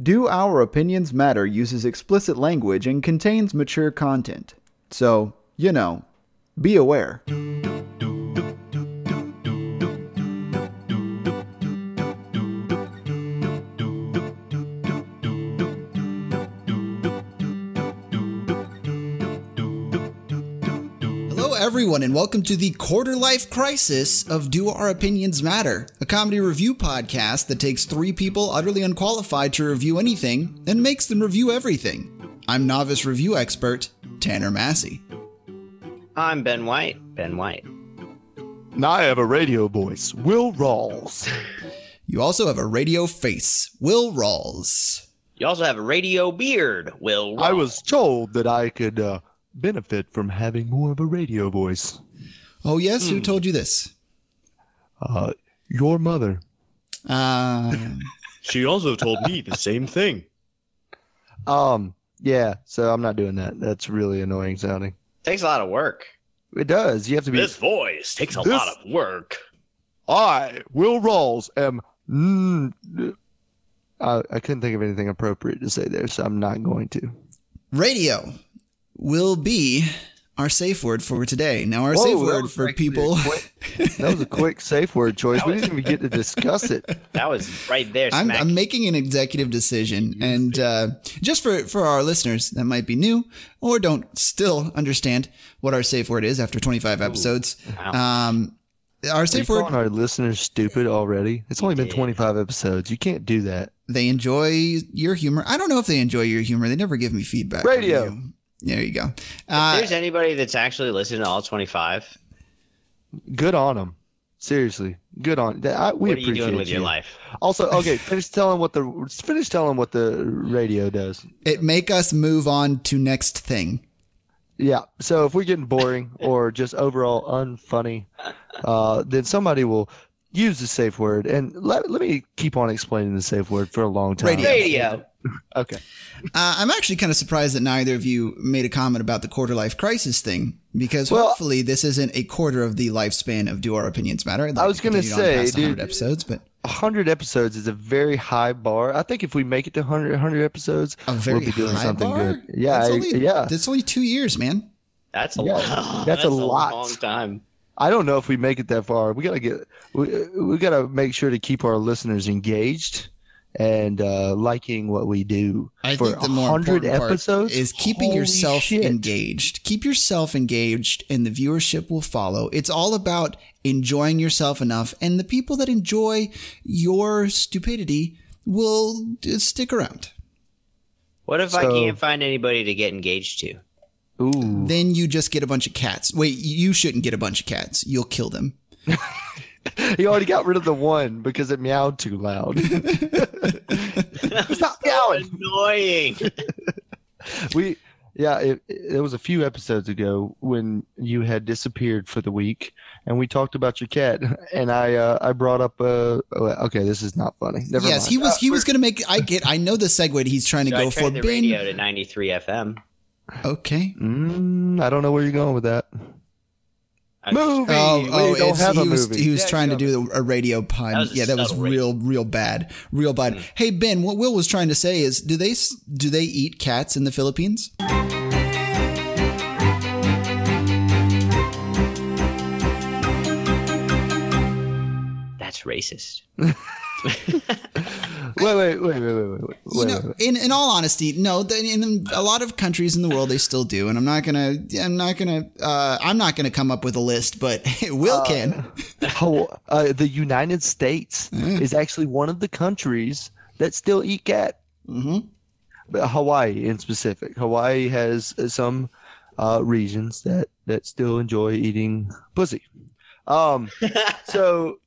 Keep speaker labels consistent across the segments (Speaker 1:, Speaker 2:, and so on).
Speaker 1: Do Our Opinions Matter uses explicit language and contains mature content. So, you know, be aware.
Speaker 2: Hello, everyone, and welcome to the quarter life crisis of Do Our Opinions Matter, a comedy review podcast that takes three people utterly unqualified to review anything and makes them review everything. I'm novice review expert Tanner Massey.
Speaker 3: I'm Ben White. Ben White.
Speaker 4: And I have a radio voice, Will Rawls.
Speaker 2: You also have a radio face, Will Rawls.
Speaker 3: You also have a radio beard, Will.
Speaker 4: I was told that I could uh, benefit from having more of a radio voice.
Speaker 2: Oh, yes, who told you this?
Speaker 4: Uh, your mother.
Speaker 2: Uh,
Speaker 5: She also told me the same thing.
Speaker 4: Um, yeah, so I'm not doing that. That's really annoying sounding.
Speaker 3: Takes a lot of work.
Speaker 4: It does. You have to be.
Speaker 5: This voice takes a
Speaker 4: This-
Speaker 5: lot of work.
Speaker 4: I, Will Rawls, am. Mm, I, I couldn't think of anything appropriate to say there, so I'm not going to.
Speaker 2: radio will be our safe word for today. Now, our
Speaker 4: Whoa,
Speaker 2: safe
Speaker 4: that
Speaker 2: word
Speaker 4: was
Speaker 2: for
Speaker 4: actually a
Speaker 2: people.
Speaker 4: quick- that was a quick safe word choice. We didn't even get to discuss it.
Speaker 3: That was right there.
Speaker 2: I'm,
Speaker 3: smack.
Speaker 2: I'm making an executive decision, and uh, just for for our listeners that might be new or don't still understand what our safe word is after 25 episodes, um, our
Speaker 4: Are you
Speaker 2: safe
Speaker 4: calling
Speaker 2: word
Speaker 4: our listeners stupid already? It's only been
Speaker 3: Yeah.
Speaker 4: 25 episodes. You can't do that.
Speaker 2: they enjoy your humor. I don't know if they enjoy your humor. They never give me feedback. on
Speaker 4: Radio.
Speaker 2: you. There you go.
Speaker 3: if
Speaker 2: Uh,
Speaker 3: there's anybody that's actually listened to all 25,
Speaker 4: Good on them. Seriously, good on. That, I, we
Speaker 3: what are you
Speaker 4: appreciate
Speaker 3: doing with
Speaker 4: you.
Speaker 3: your life?
Speaker 4: Also, okay, finish telling what the finish telling what the radio does.
Speaker 2: it make us move on to next thing.
Speaker 4: Yeah. So if we're getting boring or just overall unfunny, uh, then somebody will use the safe word. And let, let me keep on explaining the safe word for a long time.
Speaker 2: Radio.
Speaker 3: Radio.
Speaker 4: Okay.
Speaker 2: Uh, I'm actually kind of surprised that neither of you made a comment about the quarter life crisis thing because
Speaker 4: Well-
Speaker 2: hopefully this isn't a quarter of the lifespan of Do Our Opinions Matter. I'd like
Speaker 4: I was
Speaker 2: to
Speaker 4: gonna
Speaker 2: continue on
Speaker 4: say,
Speaker 2: past 100
Speaker 4: dude-
Speaker 2: episodes, but
Speaker 4: 100 episodes is a very high bar. I think if we make it to 100, 100 episodes,
Speaker 2: a very
Speaker 4: we'll be doing
Speaker 2: high
Speaker 4: something
Speaker 2: bar?
Speaker 4: good. Yeah.
Speaker 2: that's
Speaker 4: I-
Speaker 2: only,
Speaker 4: yeah.
Speaker 2: That's only two years, man.
Speaker 3: That's a
Speaker 4: Yeah,
Speaker 3: lot.
Speaker 4: that's a lot.
Speaker 3: long time.
Speaker 4: I don't know if we make it that far. We gotta get we, we gotta make sure to keep our listeners engaged and uh, liking what we do
Speaker 2: I
Speaker 4: for
Speaker 2: think the more
Speaker 4: 100
Speaker 2: important part
Speaker 4: episodes
Speaker 2: is keeping
Speaker 4: Holy
Speaker 2: yourself
Speaker 4: shit.
Speaker 2: engaged. Keep yourself engaged, and the viewership will follow. It's all about enjoying yourself enough, and the people that enjoy your stupidity will uh, stick around.
Speaker 3: What if I
Speaker 4: So-
Speaker 3: can't find anybody to get engaged to?
Speaker 4: Ooh,
Speaker 2: Then you just get a bunch of cats. Wait, you shouldn't get a bunch of cats. You'll kill them.
Speaker 4: he already got rid of the one because it meowed too loud. Stop meowing.
Speaker 3: Annoying.
Speaker 4: We yeah, it, it was a few episodes ago when you had disappeared for the week, and we talked about your cat, and I uh, I brought up uh okay, this is not funny. Never
Speaker 2: yes,
Speaker 4: mind.
Speaker 2: he was. He was going to make. I get. I know the segue he's trying to
Speaker 3: So Uh, I
Speaker 2: go
Speaker 3: turned
Speaker 2: for.
Speaker 3: the
Speaker 2: Ben-
Speaker 3: radio to 93 FM.
Speaker 2: Okay.
Speaker 4: Mm, I don't know where you're going with that.
Speaker 3: I-
Speaker 4: Movie.
Speaker 2: Oh, oh,
Speaker 4: we don't
Speaker 2: it's-
Speaker 4: have
Speaker 2: he
Speaker 4: a
Speaker 2: was,
Speaker 4: movie.
Speaker 2: He was
Speaker 4: Next
Speaker 2: trying to
Speaker 4: up.
Speaker 2: do a radio pun.
Speaker 3: That was a Hmm.
Speaker 2: yeah, that was
Speaker 3: subtle rate.
Speaker 2: real, real bad, real bad. Hey Ben, what Will was trying to say is, do they s- do they eat cats in the Philippines?
Speaker 3: That's racist.
Speaker 4: Wait, wait, wait, wait, wait, wait, wait.
Speaker 2: You
Speaker 4: wait,
Speaker 2: know,
Speaker 4: wait, wait.
Speaker 2: in, in all honesty, no. th- In a lot of countries in the world, they still do, and I'm not gonna, I'm not gonna, uh, I'm not gonna come up with a list, but Will can.
Speaker 4: Uh, Haw- uh, the United States is actually one of the countries that still eat cat.
Speaker 2: hmm
Speaker 4: But Hawaii, in specific, Hawaii has uh, some uh, regions that that still enjoy eating pussy. Um, so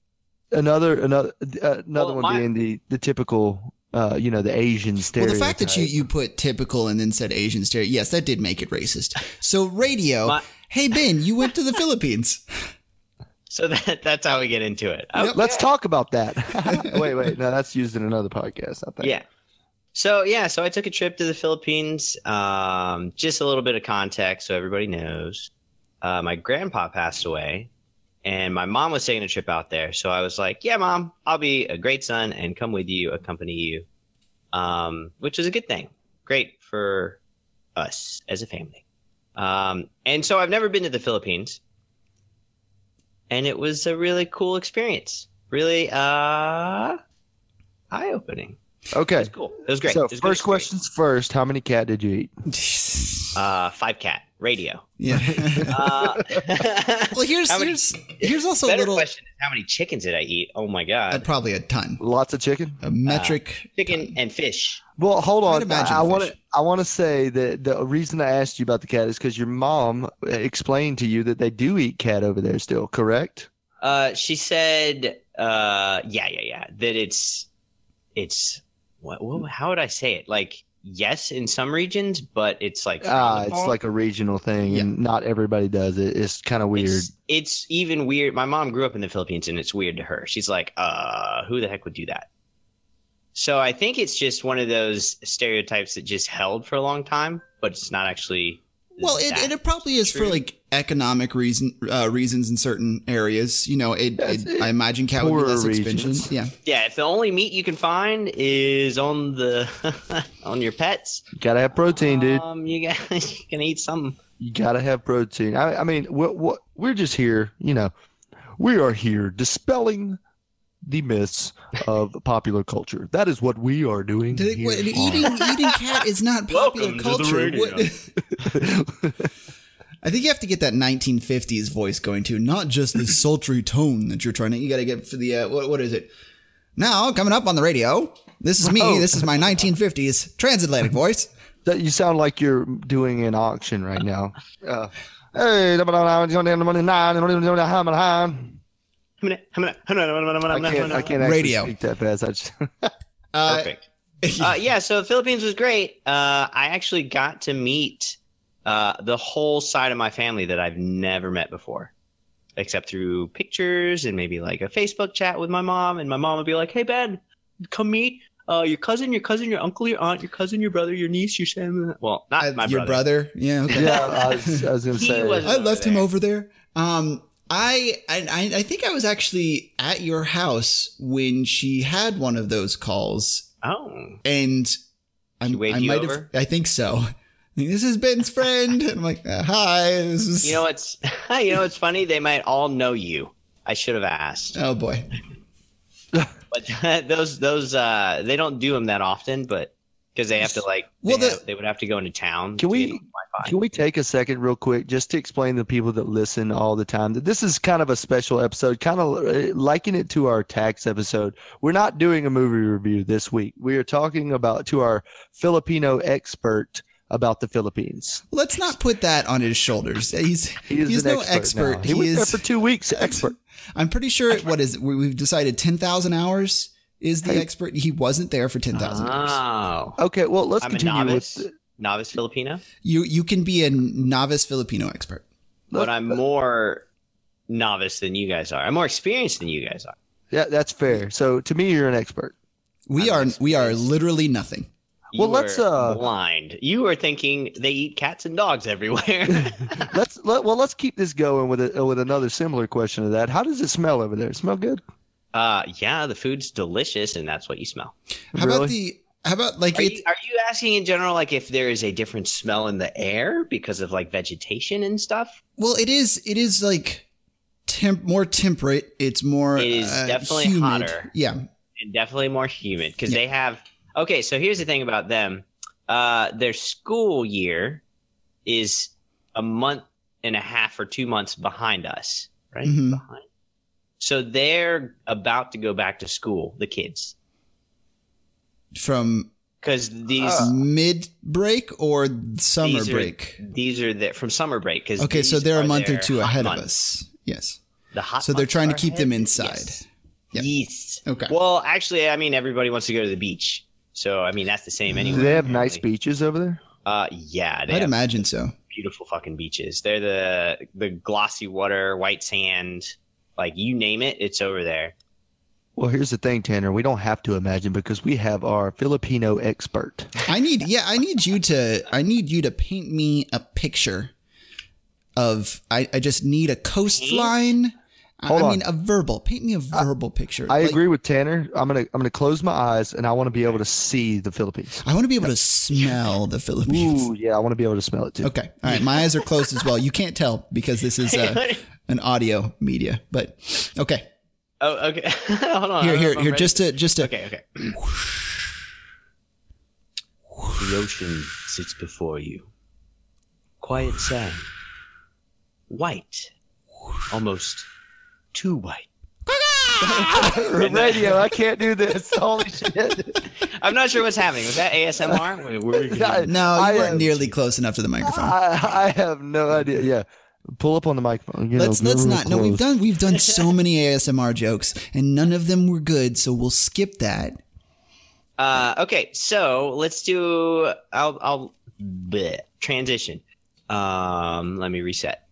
Speaker 4: another another uh, another
Speaker 3: Well,
Speaker 4: one
Speaker 3: my-
Speaker 4: being the the typical, uh, you know, the Asian
Speaker 2: Well,
Speaker 4: stereotype.
Speaker 2: the fact that you you put typical and then said Asian stereo, yes, that did make it racist. So radio.
Speaker 3: My-
Speaker 2: hey Ben, you went to the Philippines.
Speaker 3: So that that's how we get into it.
Speaker 4: Let's talk about that. wait, wait, no, that's used in another podcast. I think.
Speaker 3: Yeah. So yeah, so I took a trip to the Philippines. Um, just a little bit of context, so everybody knows. Uh, my grandpa passed away, and my mom was taking a trip out there. So I was like, "Yeah, mom, I'll be a great son and come with you, accompany you." um, which is a good thing. Great for us as a family. Um, and so I've never been to the Philippines, and it was a really cool experience. Really uh, eye opening. It
Speaker 4: Okay.
Speaker 3: was cool. It was great.
Speaker 4: So
Speaker 3: It was a good experience.
Speaker 4: first questions first. How many cat did you eat?
Speaker 3: Uh, five cat radio.
Speaker 2: yeah.
Speaker 3: Uh,
Speaker 2: well, here's
Speaker 3: How many-
Speaker 2: here's here's also a
Speaker 3: better
Speaker 2: little
Speaker 3: question is how many chickens did I eat? Oh my
Speaker 2: uh,
Speaker 3: god,
Speaker 2: probably a ton,
Speaker 4: Lots of chicken.
Speaker 2: a metric.
Speaker 3: chicken and fish.
Speaker 4: Well, hold
Speaker 2: I'd
Speaker 4: on.
Speaker 2: imagine
Speaker 4: I want to.
Speaker 2: fish.
Speaker 4: I want to say that the reason I asked you about the cat is because your mom explained to you that they do eat cat over there still. Correct?
Speaker 3: Uh, she said, uh, yeah, yeah, yeah. That it's, it's what? what how would I say it? Like yes, in some regions, but it's like
Speaker 4: Ah, it's
Speaker 3: frowned
Speaker 4: like a regional thing,
Speaker 2: Yeah.
Speaker 4: and not everybody does it. It's kind of
Speaker 3: upon.
Speaker 4: weird.
Speaker 3: It's, it's even weird. My mom grew up in the Philippines, and it's weird to her. She's like, uh, who the heck would do that? So I think it's just one of those stereotypes that just held for a long time, but it's not actually.
Speaker 2: Well, it,
Speaker 3: that.
Speaker 2: it, it probably is for
Speaker 3: true.
Speaker 2: like economic reason uh, reasons in certain areas. You know, it,
Speaker 4: That's
Speaker 2: it,
Speaker 4: it.
Speaker 2: I imagine cat would be
Speaker 4: Poorer
Speaker 2: less
Speaker 4: regions.
Speaker 2: expensive. Yeah,
Speaker 3: Yeah, if the only meat you can find is on the on your pets,
Speaker 4: You gotta have protein, dude.
Speaker 3: Um, you got you can eat something.
Speaker 4: You gotta have protein. I, I mean, what, what, we're just here, you know, we are here dispelling the myths of popular culture. That is what we are doing.
Speaker 2: Did it-
Speaker 4: here
Speaker 2: what- eating
Speaker 4: on-
Speaker 2: eating cat is not popular
Speaker 5: Welcome to the
Speaker 2: culture.
Speaker 5: radio.
Speaker 2: What- I think you have to get that 1950s voice going too, not just the sultry tone that you're trying to. You got to get for the uh, what, what is it? Now coming up on the radio, this is me.
Speaker 4: Oh.
Speaker 2: This is my 1950s transatlantic voice.
Speaker 4: That you sound like you're doing an auction right now. Uh, hey, I can't, I can't actually
Speaker 2: Radio.
Speaker 4: speak that fast. I just,
Speaker 2: Uh,
Speaker 3: Perfect. Uh, yeah, so the Philippines was great. Uh, I actually got to meet uh, the whole side of my family that I've never met before, except through pictures and maybe like a Facebook chat with my mom. And my mom would be like, "Hey Ben, come meet uh, your cousin, your cousin, your uncle, your aunt, your cousin, your brother, your niece, your son." Well, not
Speaker 2: uh,
Speaker 3: my
Speaker 2: your
Speaker 3: brother.
Speaker 2: brother. Yeah. Okay.
Speaker 4: yeah, I was, I was gonna
Speaker 3: He
Speaker 4: say.
Speaker 3: was-
Speaker 2: I left him
Speaker 3: there.
Speaker 2: over there. Um, I, I I- I think I was actually at your house when she had one of those calls,
Speaker 3: Oh,
Speaker 2: and I'm-
Speaker 3: She waved
Speaker 2: I
Speaker 3: you
Speaker 2: might have.
Speaker 3: over?
Speaker 2: I think so. This is Ben's friend. And I'm like, uh, hi. This is.
Speaker 3: you know what's you know what's funny? They might all know you. I should have asked.
Speaker 2: Oh boy.
Speaker 3: but those those uh they don't do them that often but because they have to like they,
Speaker 2: Well, the-
Speaker 3: have- they would have to go into town to
Speaker 4: Can we-
Speaker 3: get Wi-Fi.
Speaker 4: Can we take a second, real quick, just to explain to people that listen all the time that this is kind of a special episode, kind of uh, liken it to our tax episode. We're not doing a movie review this week. We are talking about to our Filipino expert about the Philippines.
Speaker 2: Let's not put that on his shoulders. He's
Speaker 4: He is
Speaker 2: He's
Speaker 4: an
Speaker 2: no
Speaker 4: expert. now.
Speaker 2: expert.
Speaker 4: He,
Speaker 2: He
Speaker 4: was
Speaker 2: is-
Speaker 4: there for two weeks. Expert.
Speaker 2: I'm pretty sure. What is it? We- We've decided ten thousand hours is the
Speaker 4: Hey.
Speaker 2: expert. He wasn't there for ten thousand hours.
Speaker 3: oh
Speaker 4: Okay, well, let's
Speaker 3: i'm a
Speaker 4: continue
Speaker 3: novice
Speaker 4: with.
Speaker 3: novice filipino
Speaker 2: You you can be a novice Filipino expert.
Speaker 3: but i'm more novice than you guys are i'm more experienced than you guys are
Speaker 4: Yeah, that's fair. So to me, you're an expert.
Speaker 2: We
Speaker 3: I'm
Speaker 2: are we are
Speaker 3: experienced.
Speaker 2: literally nothing.
Speaker 3: You
Speaker 4: Well, let's,
Speaker 3: are
Speaker 4: uh,
Speaker 3: blind you were thinking they eat cats and dogs everywhere
Speaker 4: Let's let, well, let's keep this going with a, with another similar question to that. How does it smell over there? Smell good?
Speaker 3: uh yeah the food's delicious and that's what you smell
Speaker 2: How
Speaker 4: really?
Speaker 2: about the? How about like
Speaker 3: are
Speaker 2: it?
Speaker 3: you, are you asking in general like if there is a different smell in the air because of like vegetation and stuff
Speaker 2: Well, it is. It is like temp more temperate. It's more.
Speaker 3: It is
Speaker 2: uh,
Speaker 3: definitely
Speaker 2: humid.
Speaker 3: hotter.
Speaker 2: Yeah.
Speaker 3: and definitely more humid because
Speaker 2: Yeah.
Speaker 3: they have okay so here's the thing about them uh their school year is a month and a half or two months behind us right
Speaker 2: Mhm.
Speaker 3: behind. so they're about to go back to school the kids
Speaker 2: From
Speaker 3: because these
Speaker 4: Uh,
Speaker 2: Ah. mid break or summer
Speaker 3: These are-
Speaker 2: break.
Speaker 3: these are the, from summer break because
Speaker 2: Okay, so they're a month or two ahead of us. Yes.
Speaker 3: the hot
Speaker 2: So they're
Speaker 3: months
Speaker 2: trying to
Speaker 3: are
Speaker 2: keep them
Speaker 3: ahead.
Speaker 2: inside.
Speaker 3: yes.
Speaker 2: Yeah.
Speaker 3: Yes.
Speaker 2: Okay.
Speaker 3: well actually i mean everybody wants to go to the beach so i mean that's the same
Speaker 2: Mm-hmm.
Speaker 3: anyway
Speaker 4: Do they have nice
Speaker 3: apparently.
Speaker 4: beaches over there?
Speaker 3: uh yeah they
Speaker 2: I'd
Speaker 3: have
Speaker 2: imagine so.
Speaker 3: beautiful fucking beaches. They're the the glossy water, white sand, like you name it, it's over there.
Speaker 4: Well, here's the thing, Tanner. We don't have to imagine because we have our Filipino expert.
Speaker 2: I need yeah, I need you to I need you to paint me a picture of I, I just need a coastline I,
Speaker 4: Hold
Speaker 2: I
Speaker 4: on.
Speaker 2: mean, a verbal. Paint me a verbal picture.
Speaker 4: I
Speaker 2: Like,
Speaker 4: agree with Tanner. I'm gonna I'm gonna close my eyes and I want to be able to see the Philippines.
Speaker 2: I want to be able to smell the Philippines.
Speaker 4: Ooh, yeah, I want to be able to smell it too.
Speaker 2: Okay. All right. My eyes are closed as well. You can't tell because this is uh, an audio media. But okay.
Speaker 3: oh, okay. Hold on.
Speaker 2: Here,
Speaker 3: I'm-
Speaker 2: here,
Speaker 3: I'm
Speaker 2: here.
Speaker 3: ready.
Speaker 2: Just to, just to.
Speaker 3: okay, okay.
Speaker 5: The ocean sits before you. Quiet sand. White. Almost too white.
Speaker 4: Radio, I can't do this. Holy shit!
Speaker 3: I'm not sure what's happening. Was that ASMR? Wait, where are we
Speaker 4: I-
Speaker 3: going?
Speaker 2: No, you
Speaker 4: I,
Speaker 2: weren't
Speaker 4: uh,
Speaker 2: nearly close enough to the microphone.
Speaker 4: I, I have no idea. Yeah, pull up on the microphone. You
Speaker 2: let's
Speaker 4: know,
Speaker 2: let's
Speaker 4: real
Speaker 2: not. No, we've
Speaker 4: close.
Speaker 2: done we've done so many ASMR jokes and none of them were good, so we'll skip that.
Speaker 3: Uh, okay, so let's do. I'll I'll bleh, transition. Um, let me reset.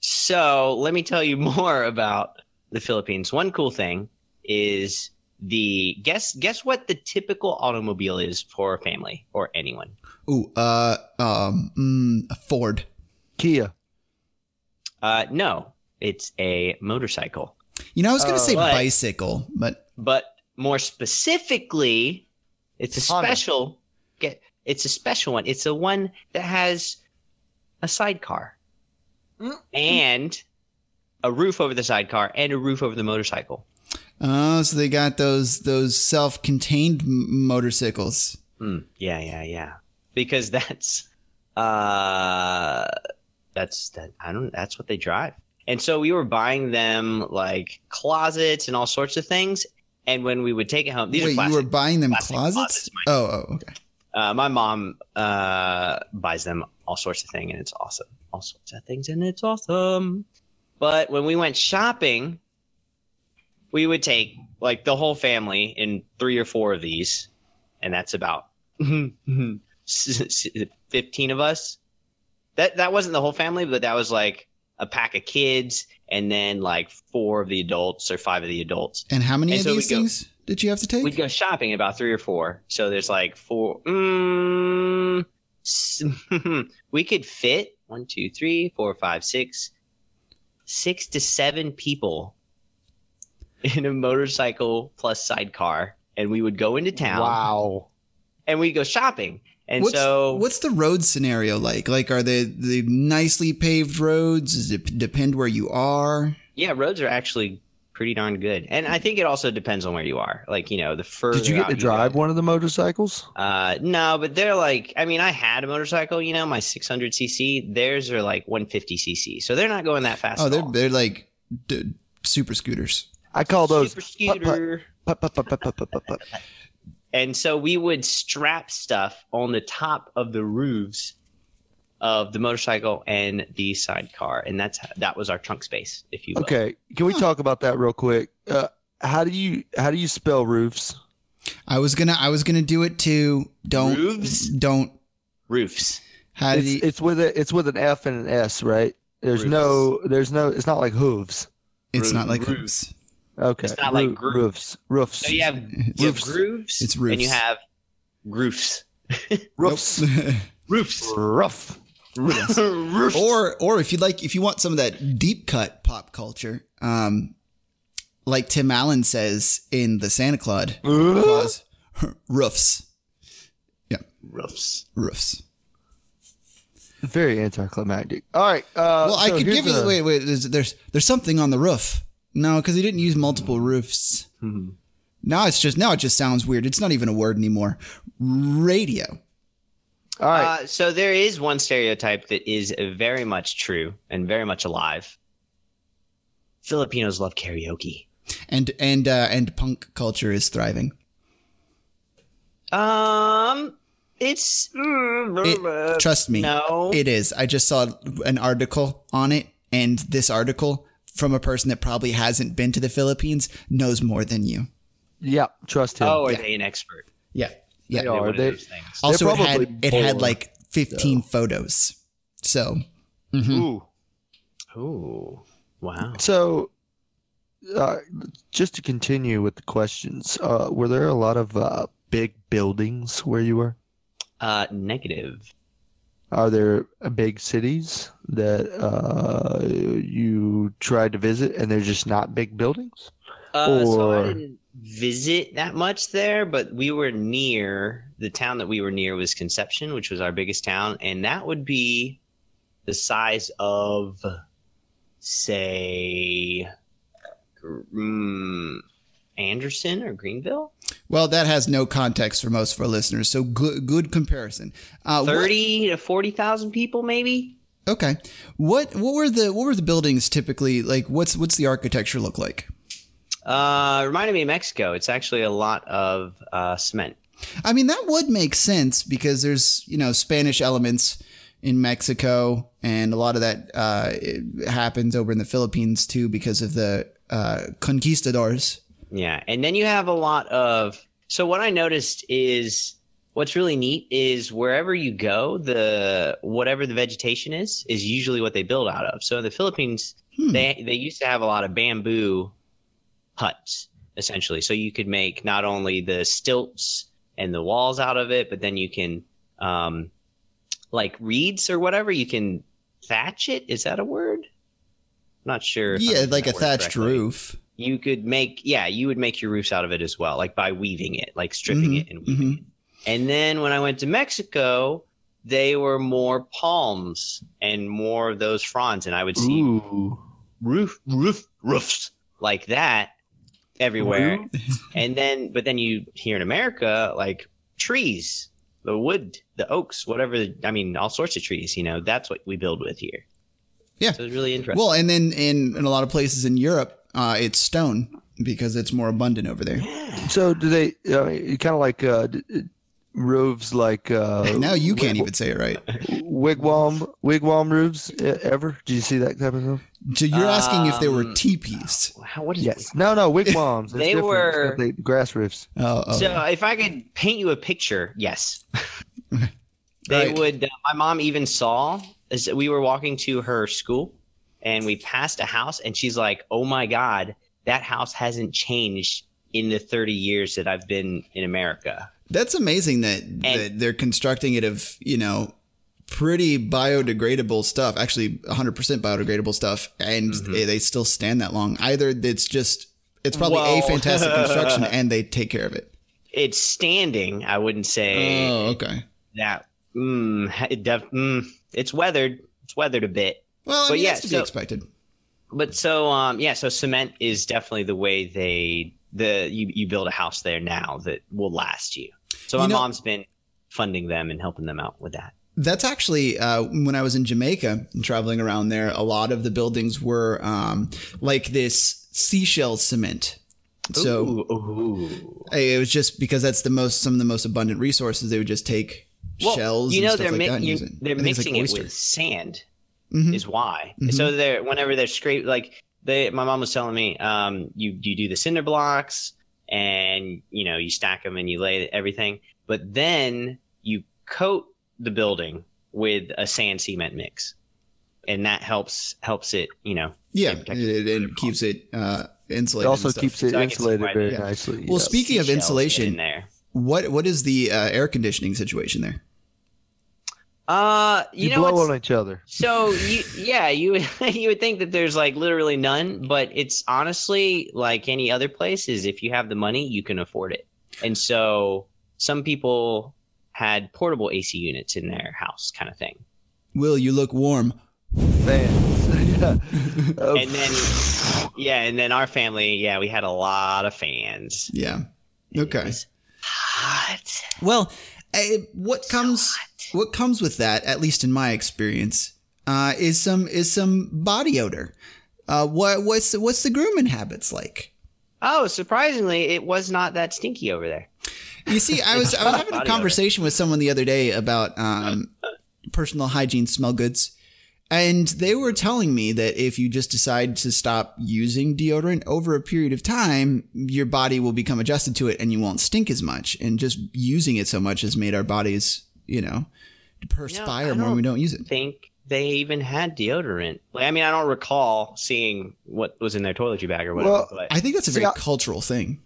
Speaker 3: So let me tell you more about the Philippines. One cool thing is the guess guess what the typical automobile is for a family or anyone.
Speaker 2: Ooh, uh, um, mm, a Ford.
Speaker 4: Kia.
Speaker 3: Uh, no, it's a motorcycle.
Speaker 2: You know, I was gonna
Speaker 4: Uh,
Speaker 2: say
Speaker 3: what?
Speaker 2: bicycle, but
Speaker 3: but more specifically, it's a
Speaker 4: Honda.
Speaker 3: special get. It's a special one. It's a one that has a sidecar
Speaker 2: Mm-hmm.
Speaker 3: and a roof over the sidecar and a roof over the motorcycle.
Speaker 2: oh, so they got those those self-contained m- motorcycles.
Speaker 3: Hmm. Yeah, yeah, yeah. Because that's uh, that's that. I don't. That's what they drive. And so we were buying them like closets and all sorts of things. And when we would take it home, these are
Speaker 2: Wait, you
Speaker 3: plastic.
Speaker 2: were buying them
Speaker 3: plastic
Speaker 2: closets?
Speaker 3: closets,
Speaker 2: oh, oh, okay.
Speaker 3: Uh, my mom uh, buys them all sorts of things, and it's awesome. All sorts of things, and it's awesome. But when we went shopping, we would take like the whole family in three or four of these, and that's about fifteen of us. That that wasn't the whole family, but that was like a pack of kids, and then like four of the adults or five of the adults.
Speaker 2: And how many
Speaker 3: And
Speaker 2: of
Speaker 3: so we
Speaker 2: these
Speaker 3: go-
Speaker 2: things did you have to take?
Speaker 3: We'd go shopping about three or four. So there's like four. Mm, s- we could fit one, two, three, four, five, six, six to seven people in a motorcycle plus sidecar, and we would go into town
Speaker 4: Wow.
Speaker 3: and we'd go shopping. And
Speaker 2: what's,
Speaker 3: so
Speaker 2: what's the road scenario like? Like, are they the nicely paved roads? Does it depend where you are?
Speaker 3: yeah, roads are actually pretty darn good, and I think it also depends on where you are. Like you know, the further
Speaker 4: Did you get
Speaker 3: out
Speaker 4: to
Speaker 3: go-
Speaker 4: drive one of the motorcycles?
Speaker 3: Uh, no, but they're like, I mean, I had a motorcycle, you know, my 600 cc. Theirs are like 150 cc, so they're not going that fast.
Speaker 2: oh,
Speaker 3: at
Speaker 2: they're
Speaker 3: all.
Speaker 2: they're like d- super scooters.
Speaker 4: I call those.
Speaker 3: super scooter.
Speaker 4: pup, pup, pup, pup, pup, pup, pup, pup.
Speaker 3: And so we would strap stuff on the top of the roofs of the motorcycle and the sidecar, and that's that was our trunk space, if you will.
Speaker 4: Okay, can we
Speaker 2: Huh.
Speaker 4: talk about that real quick? Uh, how do you how do you spell roofs?
Speaker 2: I was gonna I was gonna do it too. Don't
Speaker 3: Roofs?
Speaker 2: don't.
Speaker 3: Roofs.
Speaker 2: How do you,
Speaker 4: It's, it's with a, it's with an F and an S, right? There's no there's no it's not like hooves.
Speaker 2: it's not like
Speaker 5: roofs.
Speaker 4: Okay,
Speaker 3: It's not like groo-
Speaker 4: roofs, roofs,
Speaker 3: So you have, you have
Speaker 2: Roofs.
Speaker 3: grooves,
Speaker 2: It's
Speaker 3: and you
Speaker 2: roofs.
Speaker 3: have roofs.
Speaker 4: roofs,
Speaker 5: Roofs.
Speaker 4: rough.
Speaker 2: Yes.
Speaker 5: Roofs.
Speaker 2: or or if you'd like if you want some of that deep cut pop culture, um, like Tim Allen says in the Santa Claus, Claus roofs
Speaker 5: Roofs.
Speaker 2: roofs.
Speaker 4: Very anticlimactic. All right. Uh,
Speaker 2: Well, I
Speaker 4: so
Speaker 2: could
Speaker 4: here's
Speaker 2: give you.
Speaker 4: a-
Speaker 2: Wait, wait. There's, there's there's something on the roof. No, because he didn't use multiple roofs. Now it's just now it just sounds weird. It's not even a word anymore. Radio.
Speaker 4: All right.
Speaker 3: Uh, so there is one stereotype that is very much true and very much alive. Filipinos love karaoke.
Speaker 2: And and uh, and punk culture is thriving.
Speaker 3: Um, it's mm,
Speaker 2: It, trust me,
Speaker 3: no.
Speaker 2: it uh, is. I just saw an article on it, and this article from a person that probably hasn't been to the Philippines knows more than you.
Speaker 4: yeah. Trust him.
Speaker 3: oh, are
Speaker 2: yeah.
Speaker 3: they an expert?
Speaker 2: Yeah, yeah.
Speaker 4: They
Speaker 3: They're
Speaker 4: are.
Speaker 3: one of
Speaker 4: They-
Speaker 3: those things.
Speaker 2: Also, it
Speaker 4: probably
Speaker 2: had it had
Speaker 4: bored,
Speaker 2: like fifteen photos. So mhm.
Speaker 4: Ooh.
Speaker 3: Ooh, wow.
Speaker 4: So, uh, just to continue with the questions, uh, were there a lot of uh, big buildings where you were?
Speaker 3: Uh, negative.
Speaker 4: Are there uh, big cities that uh, you tried to visit and they're just not big buildings?
Speaker 3: Uh, so I
Speaker 4: Or-
Speaker 3: didn't visit that much there, but we were near the town that we were near was Conception, which was our biggest town, and that would be the size of, say, Gr- mm, Anderson or Greenville.
Speaker 2: Well, that has no context for most of our listeners, so good good comparison. Uh, what-
Speaker 3: Thirty to forty thousand people, maybe.
Speaker 2: okay. What what were the what were the buildings typically like? What's what's the architecture look like?
Speaker 3: Uh, reminded me of Mexico. It's actually a lot of uh, cement.
Speaker 2: I mean, that would make sense because there's, you know, Spanish elements in Mexico, and a lot of that uh, it happens over in the Philippines too because of the uh, conquistadors.
Speaker 3: Yeah. And then you have a lot of. So, what I noticed is what's really neat is wherever you go, the whatever the vegetation is, is usually what they build out of. So, in the Philippines,
Speaker 2: Hmm.
Speaker 3: they, they used to have a lot of bamboo huts, essentially. So, you could make not only the stilts and the walls out of it, but then you can, um, like reeds or whatever, you can thatch it. Is that a word? I'm not sure. if I'm
Speaker 2: yeah,
Speaker 3: using
Speaker 2: like a
Speaker 3: that word
Speaker 2: thatched
Speaker 3: correctly
Speaker 2: roof.
Speaker 3: you could make yeah you would make your roofs out of it as well like by weaving it like stripping
Speaker 2: Mhm,
Speaker 3: it and weaving it and then when i went to mexico they were more palms and more of those fronds and i would see
Speaker 4: Ooh.
Speaker 5: Roof, roof, roofs.
Speaker 3: like that everywhere and then but then you here in america like trees the wood the oaks whatever i mean all sorts of trees you know that's what we build with here
Speaker 2: Yeah.
Speaker 3: so it's really interesting
Speaker 2: Well, and then in, in a lot of places in Europe, uh, it's stone because it's more abundant over there.
Speaker 4: So do they? Uh, kind of like uh, d- d- roofs, like uh,
Speaker 2: now you can't even say it right.
Speaker 4: wigwam wigwam roofs. e- Ever? Did you see that type of stuff?
Speaker 2: So you're asking if there were
Speaker 3: Um,
Speaker 2: teepees.
Speaker 3: how, what is
Speaker 4: Yes. No, no wigwams. It's
Speaker 3: They
Speaker 4: different.
Speaker 3: were-
Speaker 4: It's got the grass roofs.
Speaker 2: Oh, oh,
Speaker 3: so
Speaker 2: yeah.
Speaker 3: if I could paint you a picture, yes. they
Speaker 2: Right.
Speaker 3: would. uh, my mom even saw as we were walking to her school, and we passed a house, and she's like, "Oh my god, that house hasn't changed in the thirty years that I've been in America."
Speaker 2: That's amazing that, that they're constructing it of, you know, pretty biodegradable stuff, actually 100% biodegradable stuff, and
Speaker 3: Mm-hmm.
Speaker 2: they, they still stand that long. Either it's just, it's probably a
Speaker 3: Whoa.
Speaker 2: fantastic construction and they take care of it.
Speaker 3: It's standing. I wouldn't say
Speaker 2: Oh, okay.
Speaker 3: that. Mm, it def- mm, it's weathered. It's weathered a bit.
Speaker 2: Well, I
Speaker 3: But
Speaker 2: mean,
Speaker 3: yeah,
Speaker 2: that's to be
Speaker 3: so-
Speaker 2: expected.
Speaker 3: But so um yeah, so cement is definitely the way they the you, you build a house there now that will last you. So my
Speaker 2: You know-
Speaker 3: mom's been funding them and helping them out with that.
Speaker 2: That's actually uh, when I was in Jamaica and traveling around there, a lot of the buildings were um, like this seashell cement. So
Speaker 3: Ooh, ooh.
Speaker 2: it was just because that's the most some of the most abundant resources. They would just take
Speaker 3: Well,
Speaker 2: shells
Speaker 3: you know
Speaker 2: and stuff
Speaker 3: they're
Speaker 2: like
Speaker 3: mi-
Speaker 2: that and
Speaker 3: you-
Speaker 2: use it.
Speaker 3: they're
Speaker 2: I think it's like
Speaker 3: mixing it
Speaker 2: oyster.
Speaker 3: with sand
Speaker 2: Mhm.
Speaker 3: is why.
Speaker 2: Mhm.
Speaker 3: So they're whenever they're scraped like they my mom was telling me um you you do the cinder blocks and you know you stack them and you lay everything, but then you coat the building with a sand cement mix. And that helps helps it, you know,
Speaker 2: Yeah,
Speaker 3: it
Speaker 2: it,
Speaker 3: protects
Speaker 2: it, it keeps it uh,
Speaker 4: It
Speaker 2: insulated.
Speaker 4: also
Speaker 2: and stuff.
Speaker 4: keeps it
Speaker 3: So I can see
Speaker 4: insulated
Speaker 3: why
Speaker 4: very
Speaker 2: they- Yeah.
Speaker 4: nicely.
Speaker 2: Well,
Speaker 4: yes.
Speaker 2: speaking of
Speaker 3: seashells
Speaker 2: insulation-
Speaker 3: in there.
Speaker 2: What what is the uh, air conditioning situation there?
Speaker 3: Uh,
Speaker 4: you,
Speaker 3: you, know
Speaker 4: blow
Speaker 3: what's,
Speaker 4: on each other.
Speaker 3: so you yeah you you would think that there's like literally none, but it's honestly like any other place is if you have the money you can afford it, and so some people had portable AC units in their house kind of thing,
Speaker 2: Will you look warm?
Speaker 4: Fans. yeah. Oh,
Speaker 3: and then yeah, and then our family yeah we had a lot of fans.
Speaker 2: Yeah.
Speaker 3: And it
Speaker 2: Okay.
Speaker 3: was Hot.
Speaker 2: Well, eh, what comes what comes with that, at least in my experience, uh, is some is some body odor. Uh, what what's what's the grooming habits like?
Speaker 3: Oh, surprisingly, it was not that stinky over there.
Speaker 2: You see, I was I was having a
Speaker 3: Body
Speaker 2: conversation with someone the other day about um, personal hygiene smell goods, and they were telling me that if you just decide to stop using deodorant over a period of time, your body will become adjusted to it and you won't stink as much. And just using it so much has made our bodies, you know, perspire
Speaker 3: I
Speaker 2: more when we don't use it.
Speaker 3: think they even had deodorant. Like, I mean, I don't recall seeing what was in their toiletry bag or whatever.
Speaker 4: Well,
Speaker 3: but
Speaker 2: I think that's a
Speaker 4: See,
Speaker 2: very
Speaker 4: I-
Speaker 2: cultural thing.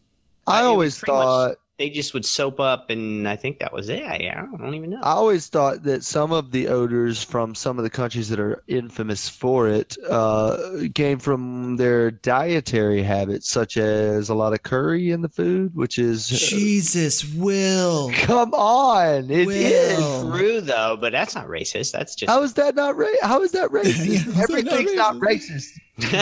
Speaker 4: I
Speaker 3: I- it was
Speaker 4: always
Speaker 3: pretty much-
Speaker 4: thought
Speaker 3: they just would soap up, and I think that was it. I, I don't- I don't even know.
Speaker 4: I always thought that some of the odors from some of the countries that are infamous for it uh, came from their dietary habits, such as a lot of curry in the food, which is.
Speaker 2: Jesus, Will.
Speaker 4: Come on, it is.
Speaker 2: Well.
Speaker 3: True though, but that's not racist. That's just
Speaker 2: Oh.
Speaker 4: How is that not ra- How is that
Speaker 2: Yeah,
Speaker 4: racist?
Speaker 2: how's that not
Speaker 4: Everything's not racist.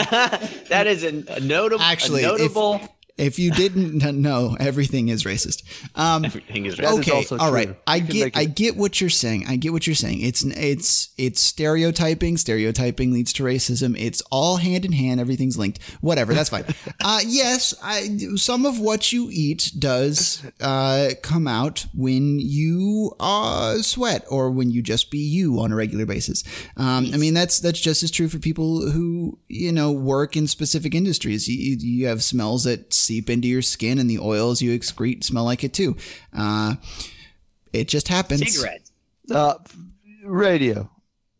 Speaker 3: that is a, a notable.
Speaker 2: Actually,
Speaker 3: Actually,
Speaker 2: if-
Speaker 3: notable.
Speaker 2: If you didn't n- know, everything is racist. Um,
Speaker 3: everything is
Speaker 4: That
Speaker 3: racist.
Speaker 4: is
Speaker 2: okay,
Speaker 4: also
Speaker 2: all
Speaker 4: true.
Speaker 2: right. I
Speaker 4: You can
Speaker 2: get,
Speaker 4: make
Speaker 2: I
Speaker 4: it-
Speaker 2: get what you're saying. I get what you're saying. It's n- it's it's stereotyping. Stereotyping leads to racism. It's all hand in hand. Everything's linked. Whatever. That's fine. uh, yes, I some of what you eat does uh, come out when you uh, sweat or when you just be you on a regular basis. Um, I mean, that's that's just as true for people who you know work in specific industries. You, you- you have smells that seep into your skin, and the oils you excrete smell like it too. Uh, it just happens.
Speaker 3: Cigarettes.
Speaker 4: Uh, radio.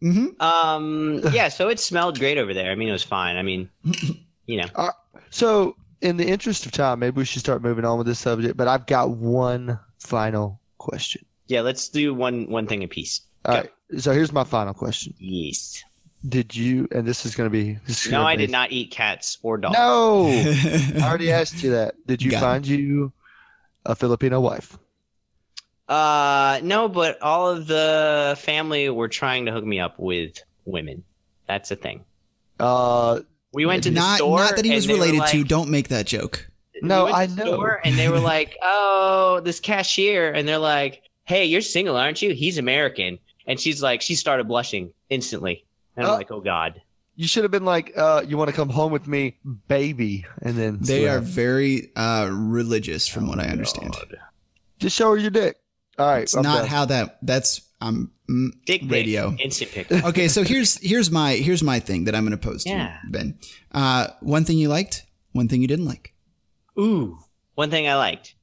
Speaker 2: hmm
Speaker 3: Um. Yeah. So it smelled great over there. I mean, it was fine. I mean,
Speaker 2: Mm-hmm.
Speaker 3: you know.
Speaker 4: So, in the interest of time, maybe we should start moving on with this subject. But I've got one final question.
Speaker 3: Yeah. Let's do one one thing apiece.
Speaker 4: All
Speaker 3: Go.
Speaker 4: right. So here's my final question.
Speaker 3: Yeast.
Speaker 4: Did you? And this is going to be. This is
Speaker 3: No,
Speaker 4: gonna
Speaker 3: I
Speaker 4: be-
Speaker 3: did not eat cats or dogs.
Speaker 4: No, I already asked you that. Did you
Speaker 2: Got it.
Speaker 4: find you a Filipino wife?
Speaker 3: Uh, no. But all of the family were trying to hook me up with women. That's a thing.
Speaker 4: Uh,
Speaker 3: We went to the
Speaker 2: not,
Speaker 3: store.
Speaker 2: not that he
Speaker 3: and
Speaker 2: was
Speaker 3: they were
Speaker 2: related to.
Speaker 3: like-
Speaker 2: Don't make that joke.
Speaker 4: No,
Speaker 3: we
Speaker 4: I
Speaker 3: went to the
Speaker 4: know.
Speaker 3: store and they were like, "Oh, this cashier," and they're like, "Hey, you're single, aren't you? He's American." And she's like, she started blushing instantly, and I'm
Speaker 4: Oh.
Speaker 3: like, "Oh God."
Speaker 4: you should have been like, uh, "You want to come home with me, baby?" And then
Speaker 2: They are
Speaker 4: slap.
Speaker 2: very uh, religious,
Speaker 4: Oh
Speaker 2: from what I understand.
Speaker 4: just show her your dick. All right,
Speaker 2: It's
Speaker 4: I'm
Speaker 2: not
Speaker 4: done.
Speaker 2: how that. That's um mm,
Speaker 3: Dick pic,
Speaker 2: radio.
Speaker 3: instant pic.
Speaker 2: okay, so here's here's my here's my thing that I'm going to pose to you,
Speaker 3: Yeah.
Speaker 2: Ben. Uh, one thing you liked, one thing you didn't like.
Speaker 3: Ooh, one thing I liked.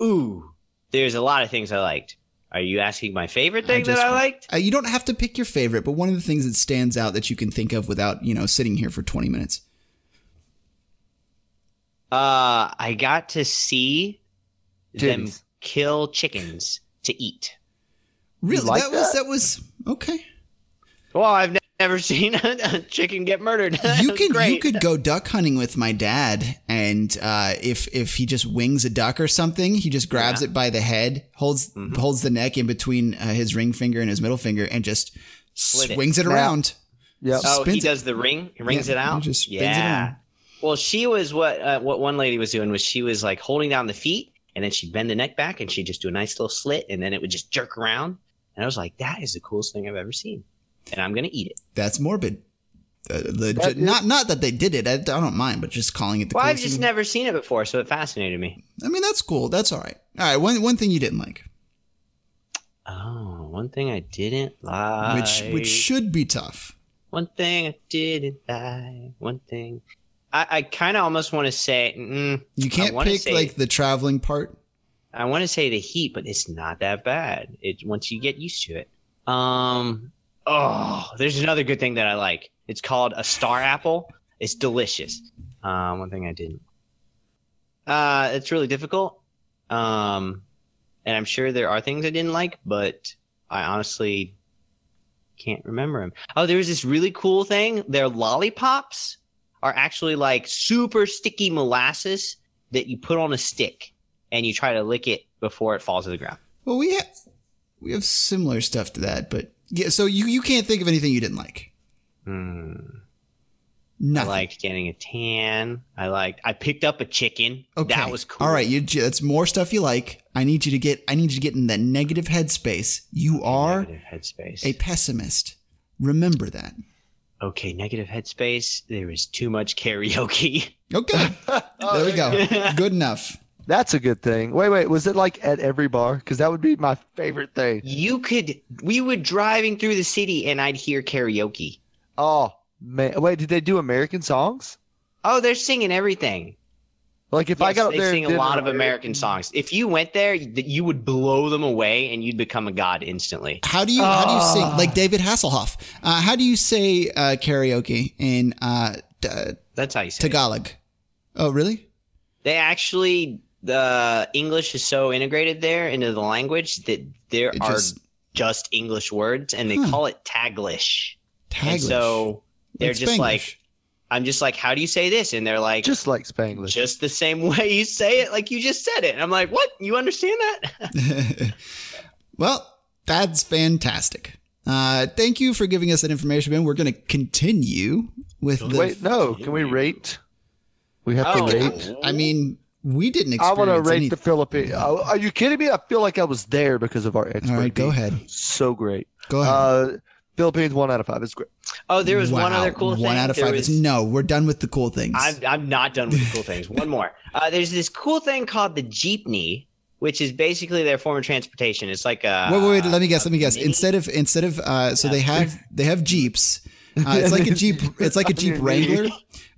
Speaker 3: Ooh, there's a lot of things I liked. Are you asking my favorite
Speaker 2: I
Speaker 3: thing that
Speaker 2: just-
Speaker 3: I liked?
Speaker 2: Uh, you don't have to pick your favorite, but one of the things that stands out that you can think of without you know sitting here for 20 minutes.
Speaker 3: Uh, I got to see them
Speaker 4: Titties.
Speaker 3: kill chickens to eat.
Speaker 2: Really,
Speaker 4: like
Speaker 2: that was that was okay.
Speaker 3: Well, I've ne- never seen a, a chicken get murdered. It
Speaker 2: you
Speaker 3: was
Speaker 2: can you
Speaker 3: great.
Speaker 2: could go duck hunting with my dad, and uh, if if he just wings a duck or something, he just grabs it by the head, holds
Speaker 3: Mhm.
Speaker 2: holds the neck in between uh, his ring finger and his middle finger, and just
Speaker 3: Split it.
Speaker 2: swings it,
Speaker 4: Now-
Speaker 2: around.
Speaker 4: Yep.
Speaker 3: Oh, he
Speaker 2: Spins it.
Speaker 3: does the ring. He rings
Speaker 2: Yeah,
Speaker 3: it out.
Speaker 2: he just spins it
Speaker 3: yeah.
Speaker 2: on.
Speaker 3: Well, she was what uh, what one lady was doing was she was like holding down the feet, and then she'd bend the neck back, and she'd just do a nice little slit, and then it would just jerk around. And I was like, that is the coolest thing I've ever seen, and I'm gonna eat it.
Speaker 2: That's morbid. Uh, legit-
Speaker 4: That is-
Speaker 2: not not that they did it. I, I don't mind, but just calling it the.
Speaker 3: Well, I've
Speaker 2: coolest
Speaker 3: just
Speaker 2: thing.
Speaker 3: never seen it before, so it fascinated me.
Speaker 2: I mean, that's cool. That's all right. All right. One one thing you didn't like,
Speaker 3: Oh, one thing I didn't like.
Speaker 2: which which should be tough.
Speaker 3: One thing I didn't like. One thing. I, I kind of almost want to say. Mm,
Speaker 2: You can't
Speaker 3: wanna
Speaker 2: pick
Speaker 3: say-
Speaker 2: like the traveling part.
Speaker 3: I want to say the heat, but it's not that bad. It once you get used to it. Um. Oh, there's another good thing that I like. It's called a star apple. It's delicious. Um, one thing I didn't. Uh, it's really difficult. Um, and I'm sure there are things I didn't like, but I honestly can't remember them. Oh, there was this really cool thing. Their lollipops are actually like super sticky molasses that you put on a stick and you try to lick it before it falls to the ground.
Speaker 2: Well, we have we have similar stuff to that, but yeah. So you you can't think of anything you didn't like.
Speaker 3: Hmm. I
Speaker 2: Nothing.
Speaker 3: liked getting a tan. I liked. I picked up a chicken.
Speaker 2: okay.
Speaker 3: That was cool.
Speaker 2: All right, you ju- that's more stuff you like. I need you to get I need you to get in that negative headspace. You are
Speaker 3: negative headspace.
Speaker 2: a pessimist. Remember that.
Speaker 3: okay, negative headspace. There was too much karaoke.
Speaker 2: Okay. Oh, there we go. Good enough.
Speaker 4: That's a good thing. Wait, wait. Was it like at every bar? Because that would be my favorite thing.
Speaker 3: you could. We were driving through the city, and I'd hear karaoke.
Speaker 4: Oh man. Wait, did they do American songs?
Speaker 3: Oh, they're singing everything.
Speaker 4: Like if I
Speaker 3: Yes,
Speaker 4: got up
Speaker 3: they
Speaker 4: there, and
Speaker 3: sing a
Speaker 4: did
Speaker 3: lot
Speaker 4: an
Speaker 3: of American songs. If you went there, you you would blow them away, and you'd become a god instantly.
Speaker 2: How do you how do you
Speaker 4: Ah.
Speaker 2: sing like David Hasselhoff? Uh, how do you say uh, karaoke in uh, t- uh,
Speaker 3: That's how you say. it.
Speaker 2: Tagalog? Oh, really?
Speaker 3: They actually the English is so integrated there into the language that there
Speaker 2: It
Speaker 3: are
Speaker 2: just
Speaker 3: just English words, and they
Speaker 2: Huh.
Speaker 3: call it Taglish. And
Speaker 2: taglish.
Speaker 3: so they're
Speaker 2: It's
Speaker 3: just
Speaker 2: Spanglish.
Speaker 3: like, I'm just like, how do you say this? And they're like, just,
Speaker 4: Just like Spanglish.
Speaker 3: the same way you say it, like you just said it. And I'm like, what? You understand that?
Speaker 2: well, that's fantastic. Uh, thank you for giving us that information, Ben. We're going to continue with the.
Speaker 4: Wait, no. Can we rate? We have
Speaker 3: Oh.
Speaker 4: to rate.
Speaker 2: I mean, we didn't
Speaker 4: I
Speaker 2: experience
Speaker 4: want to rate
Speaker 2: any-
Speaker 4: the Philippines. Are you kidding me? I feel like I was there because of our expert.
Speaker 2: All right, go
Speaker 4: being
Speaker 2: ahead.
Speaker 4: So great.
Speaker 2: Go ahead.
Speaker 4: Uh, Philippines one out of five. It's great.
Speaker 3: Oh, there was one
Speaker 2: Wow.
Speaker 3: other cool thing.
Speaker 2: One out of
Speaker 3: There
Speaker 2: five.
Speaker 3: was-
Speaker 2: is no, we're done with the cool things.
Speaker 3: I'm, I'm not done with the cool things. One more. Uh, there's this cool thing called the jeepney, which is basically their form of transportation. It's like a.
Speaker 2: wait, wait, wait, let me guess.
Speaker 3: a
Speaker 2: Let me guess.
Speaker 3: mini-
Speaker 2: Instead of instead of uh, so they have they have jeeps. Uh, it's like a jeep. It's like a jeep Wrangler,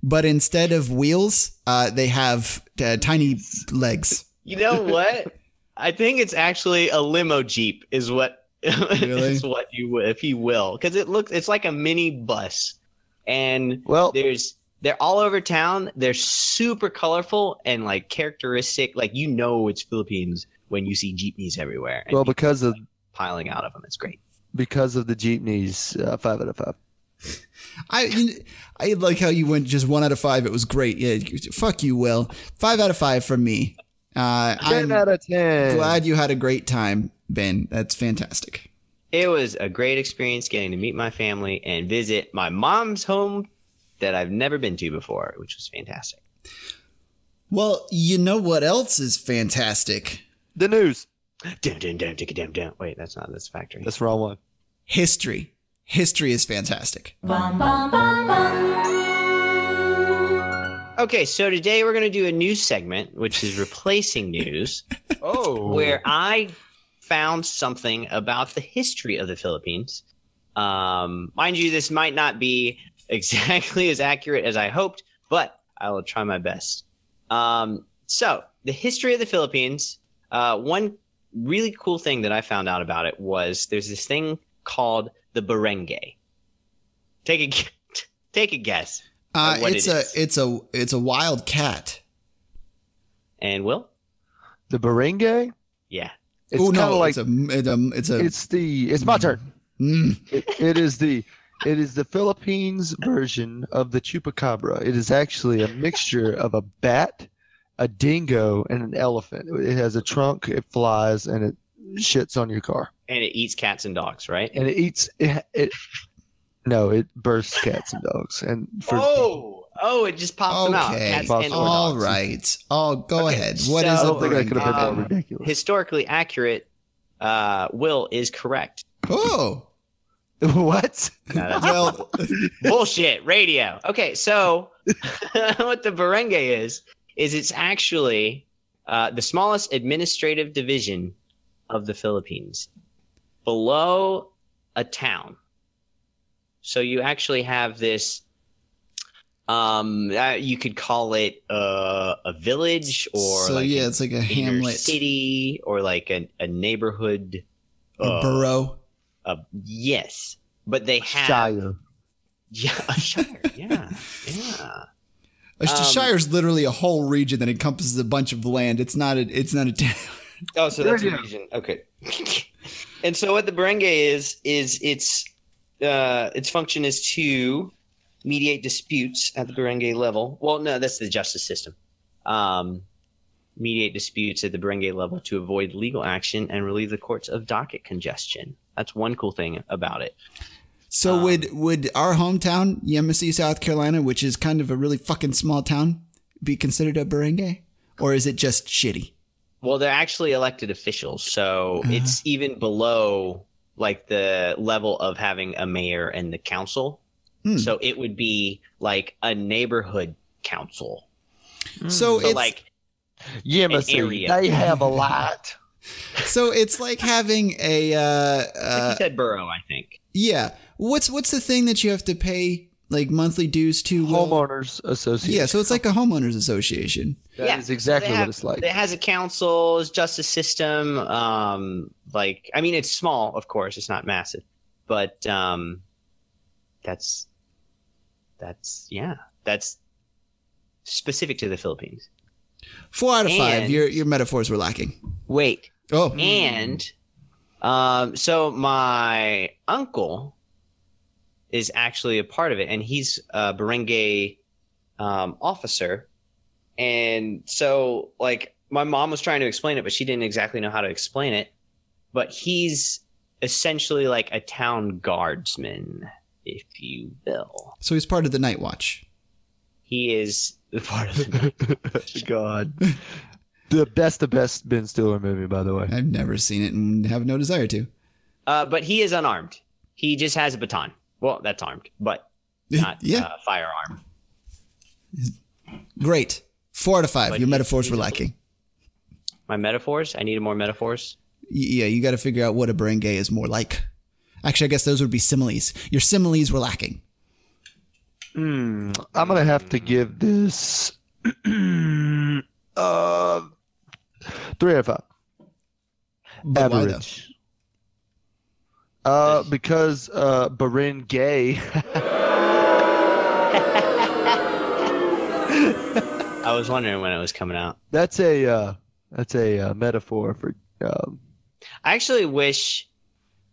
Speaker 2: but instead of wheels, uh, they have uh, tiny legs.
Speaker 3: You know what? I think it's actually a limo jeep, is what is
Speaker 2: Really?
Speaker 3: what you would, if you will, because it looks it's like a mini bus, and
Speaker 4: Well,
Speaker 3: there's they're all over town. They're super colorful and like characteristic. Like you know, it's Philippines when you see jeepneys everywhere and
Speaker 4: well,
Speaker 3: people
Speaker 4: because of
Speaker 3: piling out of them. It's great.
Speaker 4: because of the jeepneys, uh, five out of five.
Speaker 2: I I like how you went just one out of five. It was great. Yeah, fuck you, Will. Five out of five from me. Uh, I'm
Speaker 4: Ten out of ten.
Speaker 2: glad you had a great time, Ben. That's fantastic.
Speaker 3: It was a great experience getting to meet my family and visit my mom's home that I've never been to before, which was fantastic.
Speaker 2: Well, you know what else is fantastic?
Speaker 4: The news.
Speaker 3: Dun, dun, dun, dun, dun, dun. Wait, that's not this factory.
Speaker 4: That's the wrong one.
Speaker 2: History. History is fantastic.
Speaker 6: Bum, bum, bum, bum.
Speaker 3: Okay, so today we're going to do a news segment, which is replacing news,
Speaker 4: Oh,
Speaker 3: where I found something about the history of the Philippines. Um, mind you, this might not be exactly as accurate as I hoped, but I will try my best. Um, so, the history of the Philippines. Uh, one really cool thing that I found out about it was there's this thing called the barangay. Take a gu- take a guess.
Speaker 2: Uh,
Speaker 3: Uh, what
Speaker 2: it's
Speaker 3: it
Speaker 2: a
Speaker 3: is.
Speaker 2: it's a it's a wild cat.
Speaker 3: And Will,
Speaker 4: the barangay.
Speaker 3: yeah.
Speaker 4: It's
Speaker 2: oh
Speaker 4: kind of
Speaker 2: no!
Speaker 4: like
Speaker 2: it's a it's a it's a
Speaker 4: it's the. It's my turn.
Speaker 2: mm,
Speaker 4: it, it is the it is the Philippines version of the chupacabra. It is actually a mixture of a bat, a dingo, and an elephant. It has a trunk, it flies, and it shits on your car,
Speaker 3: and it eats cats and dogs, right?
Speaker 4: and it eats it. it no, it bursts cats and dogs, and for
Speaker 3: oh, oh, it just pops them out.
Speaker 2: Okay.
Speaker 3: Cats
Speaker 4: Pops
Speaker 3: and
Speaker 4: them out.
Speaker 3: or
Speaker 2: all
Speaker 3: dogs.
Speaker 2: right. Oh, go
Speaker 3: Okay,
Speaker 2: ahead. What is
Speaker 3: so-
Speaker 2: a
Speaker 4: something that could
Speaker 3: um,
Speaker 4: have been more
Speaker 2: barangay?
Speaker 4: ridiculous.
Speaker 3: Historically accurate, uh, Will is correct.
Speaker 2: Oh,
Speaker 4: what?
Speaker 3: No, that's
Speaker 2: well,
Speaker 3: bullshit radio. Okay, so what the barangay is is it's actually uh, the smallest administrative division of the Philippines, below a town. So you actually have this. Um, uh, you could call it uh, a village or
Speaker 2: so
Speaker 3: like
Speaker 2: yeah,
Speaker 3: an
Speaker 2: it's like a
Speaker 3: inner
Speaker 2: hamlet,
Speaker 3: city or like a, a neighborhood.
Speaker 2: a
Speaker 3: uh,
Speaker 2: borough.
Speaker 3: uh, yes, but they have
Speaker 4: Shire.
Speaker 3: yeah, a shire. Yeah, yeah.
Speaker 2: A sh-
Speaker 3: um,
Speaker 2: shire is literally a whole region that encompasses a bunch of land. It's not a it's not a town.
Speaker 3: Oh, so
Speaker 4: There
Speaker 3: that's
Speaker 4: you
Speaker 3: a
Speaker 4: go.
Speaker 3: region. Okay. and so what the barangay is is its uh, its function is to mediate disputes at the barangay level. Well, no, that's the justice system. Um, mediate disputes at the barangay level to avoid legal action and relieve the courts of docket congestion. That's one cool thing about it.
Speaker 2: So
Speaker 3: Um,
Speaker 2: would would our hometown, Yemisi, South Carolina, which is kind of a really fucking small town, be considered a barangay, or is it just shitty?
Speaker 3: Well, they're actually elected officials, so
Speaker 2: Uh-huh.
Speaker 3: it's even below like the level of having a mayor and the council.
Speaker 2: Hmm.
Speaker 3: So it would be like a neighborhood council.
Speaker 2: So,
Speaker 3: So
Speaker 2: it's
Speaker 3: Mm. like
Speaker 4: Yeah, but
Speaker 3: An
Speaker 4: see,
Speaker 3: area.
Speaker 4: they have a lot.
Speaker 2: so it's like having a uh,
Speaker 3: like
Speaker 2: uh,
Speaker 3: you said borough, I think.
Speaker 2: yeah. What's what's the thing that you have to pay like monthly dues to? Will?
Speaker 4: Homeowners Association.
Speaker 2: Yeah, so it's like a homeowners association.
Speaker 4: That is
Speaker 3: Yeah,
Speaker 4: exactly
Speaker 3: They
Speaker 4: what
Speaker 3: have-
Speaker 4: it's like.
Speaker 3: It has a council, it's justice system. Um, like I mean, it's small, of course, it's not massive, but um, that's that's yeah, that's specific to the Philippines.
Speaker 2: Four out of five.
Speaker 3: And-
Speaker 2: Your your metaphors were lacking.
Speaker 3: Wait,
Speaker 2: Oh,
Speaker 3: and um, so my uncle is actually a part of it, and he's a Barangay um, officer, and so like my mom was trying to explain it, but she didn't exactly know how to explain it. But he's essentially like a town guardsman, if you will.
Speaker 2: so he's part of the Night Watch.
Speaker 3: He is the part of the
Speaker 4: God. The best, the best Ben Stiller movie, by the way.
Speaker 2: I've never seen it and have no desire to.
Speaker 3: Uh, but he is unarmed. He just has a baton. Well, that's armed, but not
Speaker 2: yeah,
Speaker 3: uh, firearm.
Speaker 2: great. Four out of five.
Speaker 3: But
Speaker 2: Your
Speaker 3: he-
Speaker 2: metaphors
Speaker 3: he's
Speaker 2: were
Speaker 3: a-
Speaker 2: lacking.
Speaker 3: My metaphors. I needed more metaphors.
Speaker 2: Y- yeah, you got to figure out what a barangay is more like. Actually, I guess those would be similes. Your similes were lacking.
Speaker 4: Hmm, I'm gonna have to give this uh, three out of five.
Speaker 2: But why, though?
Speaker 4: average. Uh, because uh, Barin Gay.
Speaker 3: I was wondering when it was coming out.
Speaker 4: That's a uh, that's a uh, metaphor for. Um,
Speaker 3: I actually wish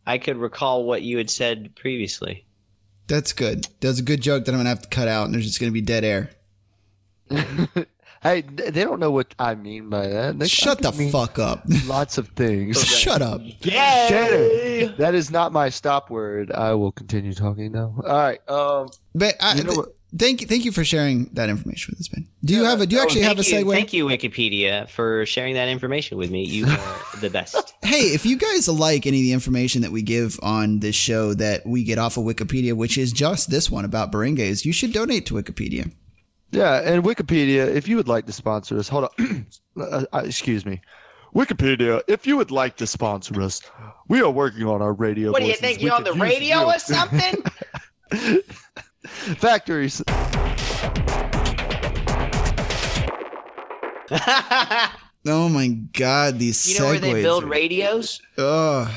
Speaker 3: I could recall what you had said previously.
Speaker 2: That's good. That's a good joke that I'm gonna have to cut out, and there's just gonna be dead air.
Speaker 4: hey, th- they don't know what I mean by that. They
Speaker 2: Shut the
Speaker 4: fucking mean
Speaker 2: fuck up.
Speaker 4: Lots of things.
Speaker 2: Shut up.
Speaker 4: Cheddar. That is not my stop word. I will continue talking now. All right. Um,
Speaker 2: But I,
Speaker 4: You know
Speaker 2: th-
Speaker 4: what-
Speaker 2: thank you, thank you for sharing that information with us, Ben. Do you have a? Do you
Speaker 3: Oh,
Speaker 2: actually have a
Speaker 3: thank you-
Speaker 2: segue?
Speaker 3: Thank you, Wikipedia, for sharing that information with me. You are the best.
Speaker 2: Hey, if you guys like any of the information that we give on this show that we get off of Wikipedia, which is just this one about barangays, you should donate to Wikipedia.
Speaker 4: Yeah, and Wikipedia, if you would like to sponsor us, hold on. Uh, uh, Excuse me. Wikipedia, if you would like to sponsor us, we are working on our radio.
Speaker 3: What do you
Speaker 4: voices.
Speaker 3: think?
Speaker 4: We
Speaker 3: You're on the
Speaker 4: could use
Speaker 3: radio
Speaker 4: you.
Speaker 3: or something?
Speaker 4: Factories.
Speaker 3: you
Speaker 2: Oh my God, these
Speaker 3: know
Speaker 2: segues.
Speaker 3: where they build
Speaker 2: are-
Speaker 3: radios?
Speaker 2: Ugh.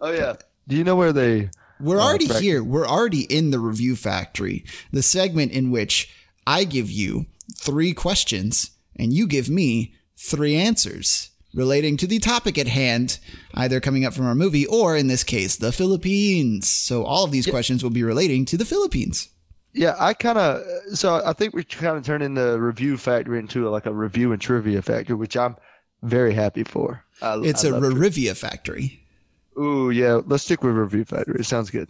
Speaker 4: Oh yeah. Do you know where they?
Speaker 2: We're already
Speaker 4: correct.
Speaker 2: here. We're already in the review factory, the segment in which I give you three questions and you give me three answers relating to the topic at hand, either coming up from our movie or, in this case, the Philippines. So all of these questions will be relating to the Philippines.
Speaker 4: Yeah, I kind of. So I think we're kind of turning the review factory into like a review and trivia factory, which I'm very happy for. I,
Speaker 2: It's
Speaker 4: I
Speaker 2: a
Speaker 4: love-
Speaker 2: Rivia factory.
Speaker 4: Ooh yeah, let's stick with review factory. It sounds good.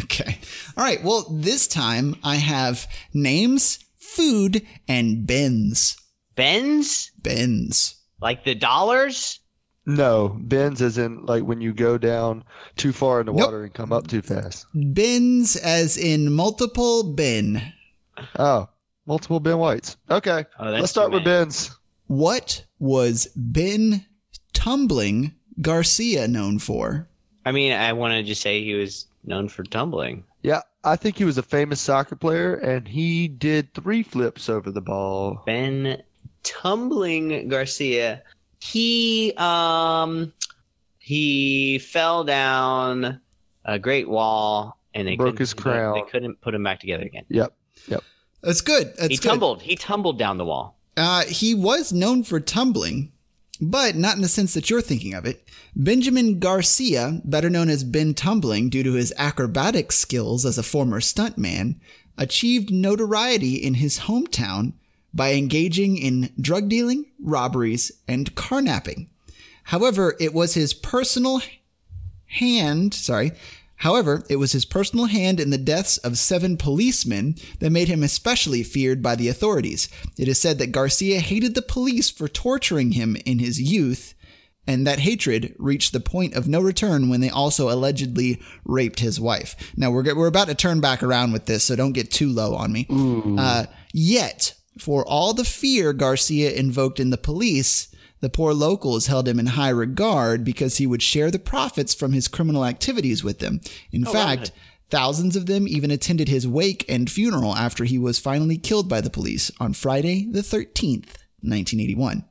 Speaker 2: Okay. All right. Well, this time I have names, food, and bins.
Speaker 3: Bends?
Speaker 2: Bins.
Speaker 3: Like the dollars?
Speaker 4: No, bends as in like when you go down too far in the
Speaker 2: Nope.
Speaker 4: water and come up too fast.
Speaker 2: Bins as in multiple bin.
Speaker 4: Oh, multiple Ben Whites. Okay.
Speaker 3: Oh, that's
Speaker 4: Let's start
Speaker 3: too
Speaker 4: with
Speaker 3: many.
Speaker 4: Ben's.
Speaker 2: What was Ben Tumbling Garcia known for?
Speaker 3: I mean, I want to just say he was known for tumbling.
Speaker 4: Yeah, I think he was a famous soccer player, and he did three flips over the ball.
Speaker 3: Ben Tumbling Garcia. He um he fell down a great wall and they
Speaker 4: Broke
Speaker 3: couldn't-
Speaker 4: his crown.
Speaker 3: They couldn't put him back together again.
Speaker 4: Yep.
Speaker 2: That's good. That's
Speaker 3: he
Speaker 2: good.
Speaker 3: tumbled. He tumbled down the wall.
Speaker 2: Uh, he was known for tumbling, but not in the sense that you're thinking of it. Benjamin Garcia, better known as Ben Tumbling due to his acrobatic skills as a former stuntman, achieved notoriety in his hometown by engaging in drug dealing, robberies, and carnapping. However, it was his personal hand, sorry. However, it was his personal hand in the deaths of seven policemen that made him especially feared by the authorities. It is said that Garcia hated the police for torturing him in his youth, and that hatred reached the point of no return when they also allegedly raped his wife. Now, we're, go- we're about to turn back around with this, so don't get too low on me. Uh, yet, for all the fear Garcia invoked in the police, the poor locals held him in high regard because he would share the profits from his criminal activities with them. In fact, thousands of them even attended his wake and funeral after he was finally killed by the police on Friday, the 13th, 1981.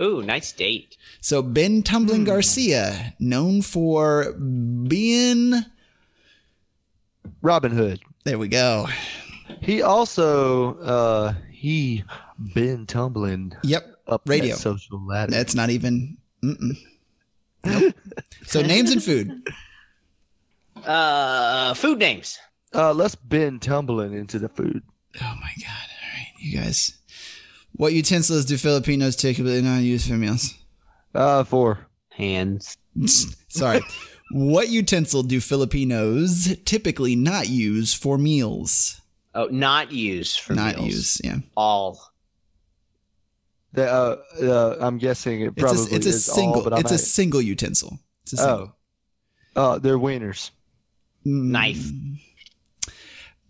Speaker 3: Ooh, nice date.
Speaker 2: So Ben Tumbling
Speaker 4: Hmm.
Speaker 2: Garcia, known for being
Speaker 4: Robin Hood.
Speaker 2: there we go.
Speaker 4: He also uh, he been tumbling
Speaker 2: Yep.
Speaker 4: up
Speaker 2: Radio.
Speaker 4: that social ladder.
Speaker 2: That's not even. Mm-mm. Nope. so names and food. Oh
Speaker 3: Uh, food names.
Speaker 4: Uh, let's been tumbling into the food.
Speaker 2: Oh my god! All right, you guys. What utensils do Filipinos typically not use for meals?
Speaker 4: Uh, four.
Speaker 3: Hands.
Speaker 2: Sorry. what utensil do Filipinos typically not use for meals?
Speaker 3: Oh, not use for
Speaker 2: not
Speaker 3: meals.
Speaker 2: use. Yeah.
Speaker 3: all.
Speaker 4: The, uh, uh, I'm guessing it probably
Speaker 2: it's a, it's a
Speaker 4: is
Speaker 2: single.
Speaker 4: all, but I'm
Speaker 2: it's a
Speaker 4: not-
Speaker 2: single utensil. It's a
Speaker 4: Oh.
Speaker 2: single.
Speaker 4: uh, they're wieners.
Speaker 3: Knife.
Speaker 2: Hmm.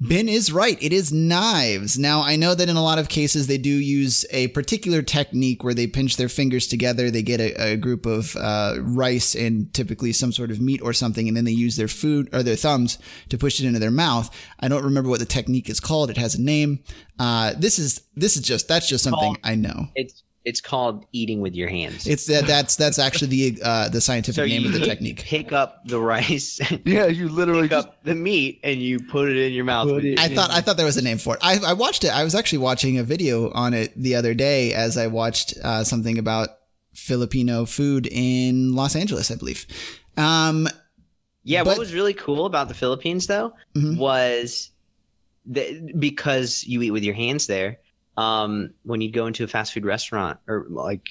Speaker 2: Ben is right. It is knives. Now, I know that in a lot of cases they do use a particular technique where they pinch their fingers together. They get a, a group of uh, rice and typically some sort of meat or something, and then they use their food or their thumbs to push it into their mouth. I don't remember what the technique is called. It has a name. Uh, this is this is just that's just something
Speaker 3: Called-
Speaker 2: I know.
Speaker 3: It's it's called eating with your hands.
Speaker 2: It's that that's that's actually the uh, the scientific
Speaker 3: so
Speaker 2: name
Speaker 3: you
Speaker 2: of the technique.
Speaker 3: pick up the rice, and
Speaker 4: Yeah, you literally
Speaker 3: pick
Speaker 4: just
Speaker 3: up the meat, and you put it in your mouth.
Speaker 4: Put
Speaker 3: with
Speaker 4: it
Speaker 3: your
Speaker 2: I
Speaker 3: hands.
Speaker 2: thought I thought there was a name for it. I, I watched it. I was actually watching a video on it the other day as I watched uh, something about Filipino food in Los Angeles, I believe. Um,
Speaker 3: Yeah,
Speaker 2: But-
Speaker 3: what was really cool about the Philippines though
Speaker 2: Mhm.
Speaker 3: was that because you eat with your hands there. Um, when you go into a fast food restaurant, or like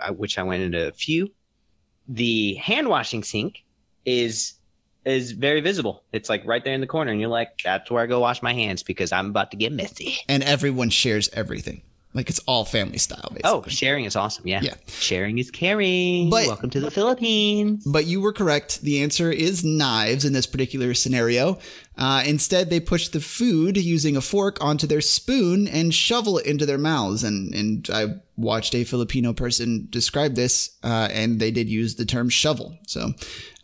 Speaker 3: I- which I went into a few, the hand washing sink is is very visible. It's like right there in the corner, and you're like, "That's where I go wash my hands because I'm about to get messy."
Speaker 2: and everyone shares everything. Like it's all family style, basically.
Speaker 3: Oh, sharing is awesome. Yeah.
Speaker 2: Yeah.
Speaker 3: Sharing is caring.
Speaker 2: But-
Speaker 3: Welcome to the Philippines.
Speaker 2: But you were correct. The answer is knives in this particular scenario. Uh, instead, they push the food using a fork onto their spoon and shovel it into their mouths. And and I watched a Filipino person describe this, uh, and they did use the term shovel. So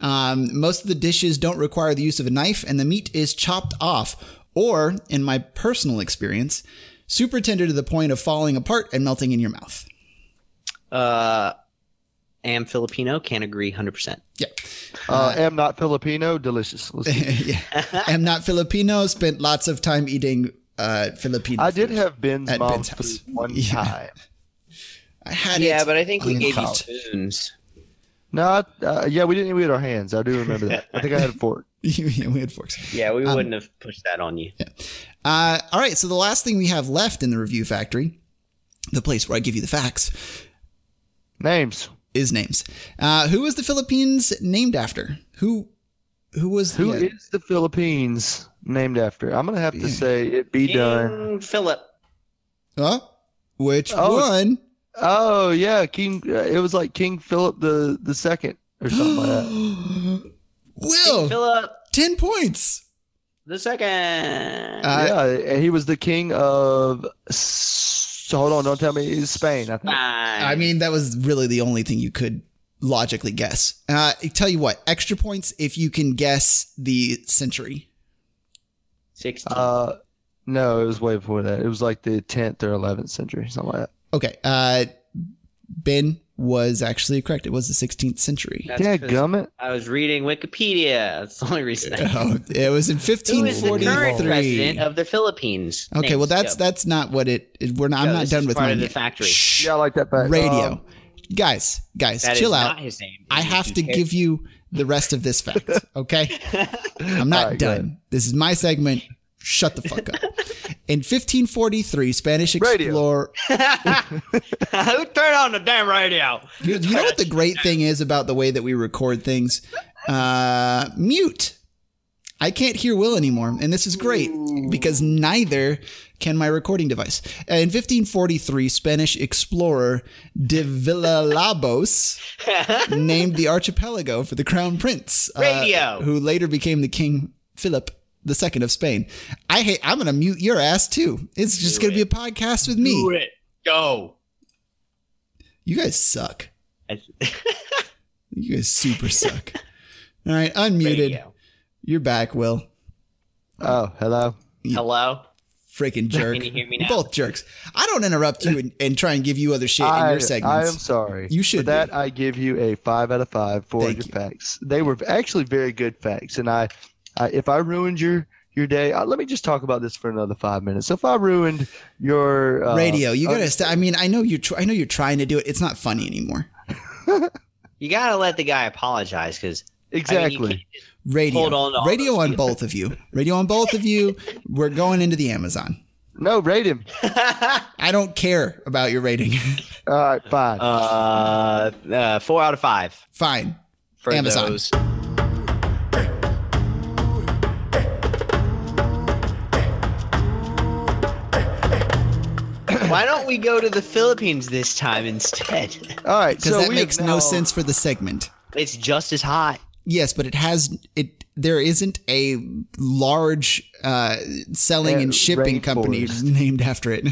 Speaker 2: um, most of the dishes don't require the use of a knife, and the meat is chopped off, or in my personal experience, super tender to the point of falling apart and melting in your mouth.
Speaker 3: Uh, am Filipino. Can't agree 100%.
Speaker 2: Yeah.
Speaker 4: uh, am not Filipino. Delicious. Let's see.
Speaker 2: yeah. I'm not Filipino. Spent lots of time eating uh, Filipino.
Speaker 4: I did
Speaker 2: food.
Speaker 4: have Ben's
Speaker 2: At
Speaker 4: mom's
Speaker 2: Ben's
Speaker 4: food one
Speaker 2: Yeah.
Speaker 4: time.
Speaker 2: I had
Speaker 3: Yeah,
Speaker 2: it.
Speaker 3: but I think we
Speaker 4: I'm
Speaker 3: gave you
Speaker 4: proud.
Speaker 3: spoons.
Speaker 4: No, I- uh, yeah, we didn't. We had our hands. I do remember that. I think I had a fork.
Speaker 2: yeah, we had forks.
Speaker 3: Yeah, we wouldn't have pushed that on you.
Speaker 2: Uh, all right. So the last thing we have left in the review factory, the place where I give you the facts,
Speaker 4: Names.
Speaker 2: is names. Uh, who was the Philippines named after? Who? Who was?
Speaker 4: Who
Speaker 2: yeah.
Speaker 4: is the Philippines named after? I'm gonna have to say it be done.
Speaker 3: King Philip.
Speaker 2: Huh? Which
Speaker 4: Oh,
Speaker 2: one?
Speaker 4: Oh yeah, King. Uh, it was like King Philip the the second or something like that.
Speaker 3: King
Speaker 2: Will
Speaker 3: Philip
Speaker 2: ten points.
Speaker 3: the second.
Speaker 2: Uh,
Speaker 4: yeah, and he was the king of. S- Hold on, don't tell me it's Spain. I think.
Speaker 2: I mean, that was really the only thing you could logically guess. Uh, I tell you what, extra points if you can guess the century.
Speaker 3: 16.
Speaker 4: Uh, no, it was way before that. It was like the 10th or 11th century, something like
Speaker 2: Okay. Uh, ben was actually correct. It was the 16th century.
Speaker 3: That's
Speaker 4: that. Yeah,
Speaker 3: 'cause
Speaker 4: gummit.
Speaker 3: I was reading Wikipedia. That's the only reason. I
Speaker 2: Oh, it was in
Speaker 3: Who is the current
Speaker 2: 1543.
Speaker 3: president of the Philippines?
Speaker 2: Okay,
Speaker 3: Names,
Speaker 2: well that's
Speaker 3: go.
Speaker 2: that's not what it. it- We're not.
Speaker 3: No,
Speaker 2: I'm not
Speaker 3: this
Speaker 2: done
Speaker 3: is
Speaker 2: with
Speaker 3: part
Speaker 2: mine
Speaker 3: of the
Speaker 2: yet.
Speaker 3: factory.
Speaker 2: Shh.
Speaker 4: Yeah, I like that fact.
Speaker 2: Radio,
Speaker 4: Um,
Speaker 2: guys, guys,
Speaker 3: That is
Speaker 2: chill
Speaker 3: not
Speaker 2: out.
Speaker 3: his name.
Speaker 2: I
Speaker 3: If
Speaker 2: have to
Speaker 3: care.
Speaker 2: give you the rest of this fact. Okay. I'm not
Speaker 4: All right, go ahead.
Speaker 2: done. This is my segment. Shut the fuck up. In 1543, Spanish
Speaker 4: Radio.
Speaker 2: explorer.
Speaker 3: Who turned on the damn radio?
Speaker 2: You, you know what the great thing is about the way that we record things? Uh, mute. I can't hear Will anymore, and this is great because neither can my recording device. Uh, In 1543, Spanish explorer de Villalobos Uh, named the archipelago for the crown prince, uh,
Speaker 3: Radio.
Speaker 2: who later became the King Philip II of Spain. I hate. I'm gonna mute your ass too. It's just
Speaker 3: Do
Speaker 2: gonna be a podcast with
Speaker 3: Do
Speaker 2: me.
Speaker 3: it. Go.
Speaker 2: You guys suck.
Speaker 3: I-
Speaker 2: You guys super suck. All right, unmuted.
Speaker 3: Radio.
Speaker 2: You're back, Will.
Speaker 4: Oh, hello.
Speaker 3: Hello.
Speaker 2: Freaking jerk.
Speaker 3: Can you hear me now?
Speaker 2: Both jerks. I don't interrupt you and, and try and give you other shit in
Speaker 4: I,
Speaker 2: your
Speaker 4: I am
Speaker 2: segments.
Speaker 4: sorry.
Speaker 2: You should
Speaker 4: For that I give you a five out of five for
Speaker 2: Thank
Speaker 4: your
Speaker 2: you.
Speaker 4: facts. They were actually very good facts, and I, I if I ruined your your day. Uh, let me just talk about this for another five minutes. So if I ruined your uh,
Speaker 2: Radio, you
Speaker 4: uh,
Speaker 2: gotta. St- I mean, I know you're. Tr- I know you're trying to do it. It's not funny anymore.
Speaker 3: You gotta let the guy apologize because
Speaker 4: exactly.
Speaker 2: Radio,
Speaker 3: Hold on to all
Speaker 2: radio
Speaker 3: those
Speaker 2: on
Speaker 3: people.
Speaker 2: both of you. Radio on both of you. We're going into the Amazon.
Speaker 4: no, rate him.
Speaker 2: I don't care about your rating.
Speaker 4: All right, fine.
Speaker 3: uh, uh, four out of five
Speaker 2: Fine.
Speaker 3: for
Speaker 2: Amazon.
Speaker 3: those. Why don't we go to the Philippines this time instead?
Speaker 4: All right,
Speaker 2: Because
Speaker 4: so
Speaker 2: that
Speaker 4: we have
Speaker 2: makes no
Speaker 4: now-
Speaker 2: sense for the segment.
Speaker 3: It's just as hot.
Speaker 2: Yes, but it has it. There isn't a large uh, selling and
Speaker 4: Uh,
Speaker 2: shipping company
Speaker 4: rainforest.
Speaker 2: named after it.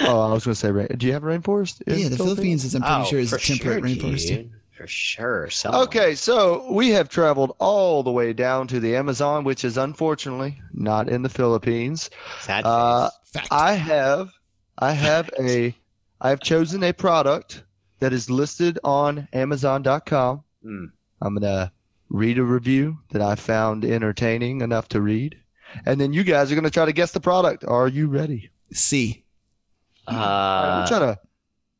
Speaker 4: Oh, I was going to say, rain- do you have a rainforest? in
Speaker 2: yeah, the Philippines is. I'm pretty
Speaker 3: Oh,
Speaker 2: sure is
Speaker 3: for
Speaker 2: a temperate rainforest. too.
Speaker 3: dude. For sure. someone.
Speaker 4: Okay, so we have traveled all the way down to the Amazon, which is unfortunately not in the Philippines.
Speaker 3: Sad face.
Speaker 4: Uh,
Speaker 2: Fact.
Speaker 4: I have, I have a, I have chosen a product that is listed on Amazon.com.
Speaker 3: Hmm.
Speaker 4: I'm gonna read a review that I found entertaining enough to read, and then you guys are gonna try to guess the product. Are you ready?
Speaker 2: C.
Speaker 4: I'm
Speaker 3: uh
Speaker 4: trying to.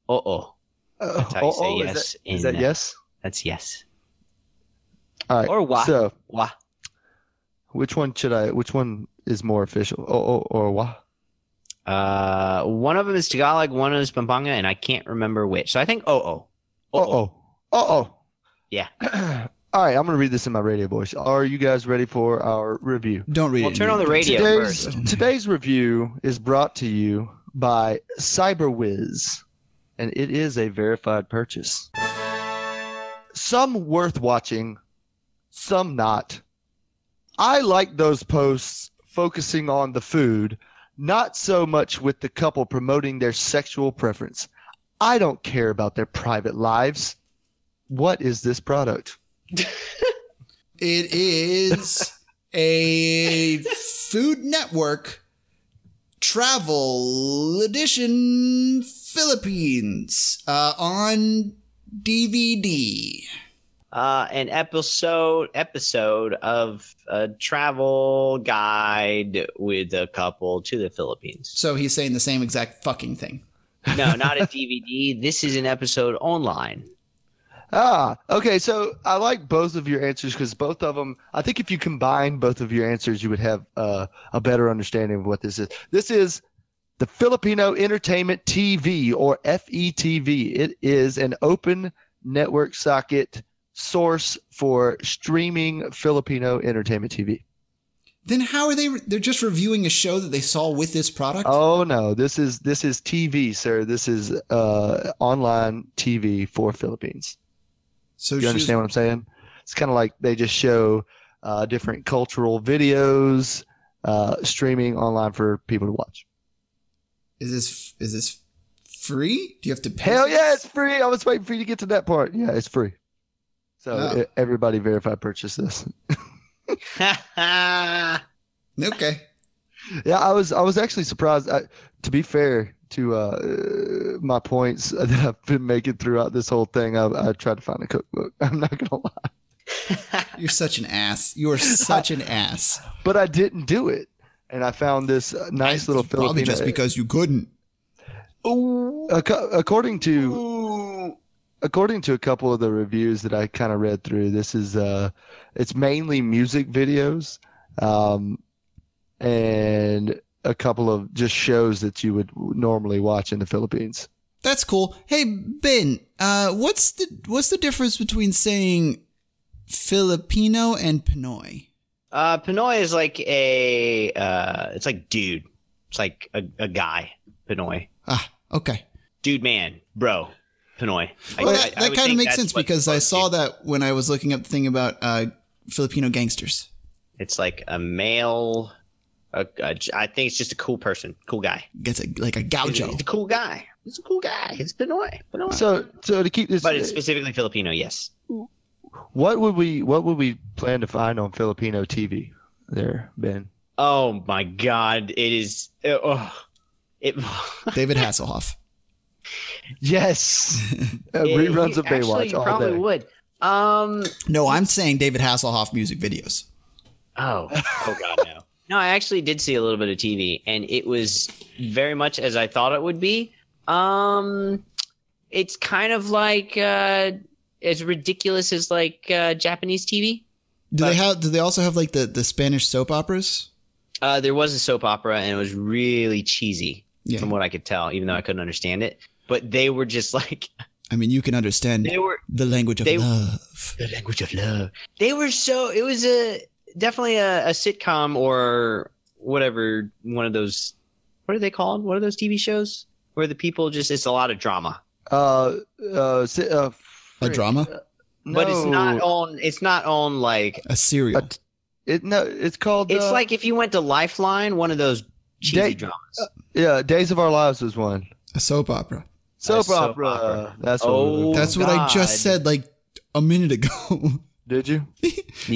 Speaker 3: oh.
Speaker 4: Uh,
Speaker 3: how you say
Speaker 4: is that-
Speaker 3: yes
Speaker 4: Is
Speaker 3: in
Speaker 4: that
Speaker 3: that.
Speaker 4: yes?
Speaker 3: That's yes.
Speaker 4: All right.
Speaker 3: Or wah.
Speaker 4: So,
Speaker 3: Wah.
Speaker 4: which one should I? Which one is more official? Oh, oh or what?
Speaker 3: Uh, one of them is Tagalog, one is Pampanga, and I can't remember which. So I think oh oh.
Speaker 4: Uh
Speaker 3: Oh,
Speaker 4: oh. Uh oh.
Speaker 3: Yeah.
Speaker 4: All right, I'm gonna read this in my radio voice. Are you guys ready for our review?
Speaker 2: Don't read
Speaker 3: Well,
Speaker 2: it.
Speaker 3: turn on the radio
Speaker 4: Today's
Speaker 3: first.
Speaker 4: today's review is brought to you by CyberWiz, and it is a verified purchase. Some worth watching, some not. I like those posts focusing on the food, not so much with the couple promoting their sexual preference. I don't care about their private lives. What is this product?
Speaker 2: It is a Food Network travel edition Philippines uh, on DVD.
Speaker 3: Uh, an episode episode of a travel guide with a couple to the Philippines.
Speaker 2: So he's saying the same exact fucking thing.
Speaker 3: No, not a DVD. This is an episode online.
Speaker 4: Ah, okay. So I like both of your answers because both of them, I think if you combine both of your answers, you would have uh, a better understanding of what this is. This is the Filipino Entertainment TV or FETV. It is an open network socket source for streaming Filipino entertainment TV.
Speaker 2: Then how are they? They're just reviewing a show that they saw with this product.
Speaker 4: Oh no, this is this is TV, sir. This is uh, online TV for Philippines.
Speaker 2: so
Speaker 4: you
Speaker 2: she's-
Speaker 4: understand what I'm saying? It's kind of like they just show uh, different cultural videos uh, streaming online for people to watch.
Speaker 2: is this is this free? Do you have to pay?
Speaker 4: Hell
Speaker 2: for
Speaker 4: yeah,
Speaker 2: this?
Speaker 4: it's free. I was waiting for you to get to that part. Yeah, it's free. So
Speaker 2: Oh.
Speaker 4: e- everybody verify purchase this.
Speaker 2: Okay.
Speaker 4: Yeah, I was I was actually surprised. I, to be fair to uh, uh, my points that I've been making throughout this whole thing, I, I tried to find a cookbook. I'm not gonna lie,
Speaker 2: You're such an ass. You are such an ass.
Speaker 4: but I didn't do it, and I found this uh, nice little
Speaker 2: Probably
Speaker 4: Filipino.
Speaker 2: just because you couldn't.
Speaker 4: Ac- according to according to a couple of the reviews that I kind of read through, this is uh, it's mainly music videos, um, and a couple of just shows that you would normally watch in the Philippines.
Speaker 2: That's cool. Hey Ben, uh, what's the what's the difference between saying Filipino and Pinoy?
Speaker 3: Uh, Pinoy is like a uh, it's like dude. It's like a, a guy. Pinoy,
Speaker 2: Ah, okay.
Speaker 3: dude, man, bro, Pinoy. I-
Speaker 2: Well,
Speaker 3: I-
Speaker 2: that,
Speaker 3: I
Speaker 2: that
Speaker 3: would
Speaker 2: kind of
Speaker 3: think
Speaker 2: makes
Speaker 3: that's
Speaker 2: sense
Speaker 3: what
Speaker 2: because
Speaker 3: most
Speaker 2: I saw
Speaker 3: people-
Speaker 2: that when I was looking up the thing about uh, Filipino gangsters.
Speaker 3: It's like a male. a- a j- I think it's just a cool person, cool guy.
Speaker 2: Gets a, like a
Speaker 3: He's,
Speaker 2: gaucho.
Speaker 3: he's a cool guy. He's a cool guy. It's Pinoy. Pinoy.
Speaker 4: So, so to keep this,
Speaker 3: but it's specifically Filipino. Yes.
Speaker 4: what would we what would we plan to find on Filipino TV? There, Ben.
Speaker 3: Oh my God! It is. uh, oh, it.
Speaker 2: David Hasselhoff.
Speaker 4: Yes, uh,
Speaker 3: it-
Speaker 4: reruns of
Speaker 3: actually,
Speaker 4: Baywatch
Speaker 3: You
Speaker 4: all
Speaker 3: probably
Speaker 4: day.
Speaker 3: would. Um.
Speaker 2: No, I'm saying David Hasselhoff music videos.
Speaker 3: Oh. Oh God no. No, I actually did see a little bit of TV, and it was very much as I thought it would be. Um, it's kind of like uh, as ridiculous as like uh, Japanese TV.
Speaker 2: Do they
Speaker 3: But-
Speaker 2: have? Do they also have like the the Spanish soap operas?
Speaker 3: Uh, there was a soap opera, and it was really cheesy
Speaker 2: Yeah.
Speaker 3: from what I could tell, even though I couldn't understand it. But they were just like
Speaker 2: I mean, you can understand
Speaker 3: they were
Speaker 2: the language of
Speaker 3: they-
Speaker 2: love.
Speaker 3: the language of love. They were so it was a definitely a, a sitcom or whatever one of those what are they called? What are those TV shows where the people just it's a lot of drama,
Speaker 4: Uh, uh, si- uh,
Speaker 2: A
Speaker 4: frick.
Speaker 2: drama,
Speaker 3: but it's not
Speaker 4: No.
Speaker 3: on it's not on like
Speaker 2: a serial.
Speaker 4: A t- It no, it's called.
Speaker 3: it's
Speaker 4: uh,
Speaker 3: like if you went to Lifeline, one of those cheesy
Speaker 4: Day-
Speaker 3: dramas.
Speaker 4: yeah, Days of Our Lives was one.
Speaker 2: A soap opera.
Speaker 4: Soap,
Speaker 3: soap
Speaker 4: opera.
Speaker 3: opera.
Speaker 4: That's what we
Speaker 3: Oh.
Speaker 4: were-
Speaker 2: That's what I just
Speaker 3: God.
Speaker 2: said like a minute ago.
Speaker 4: Did you?
Speaker 3: You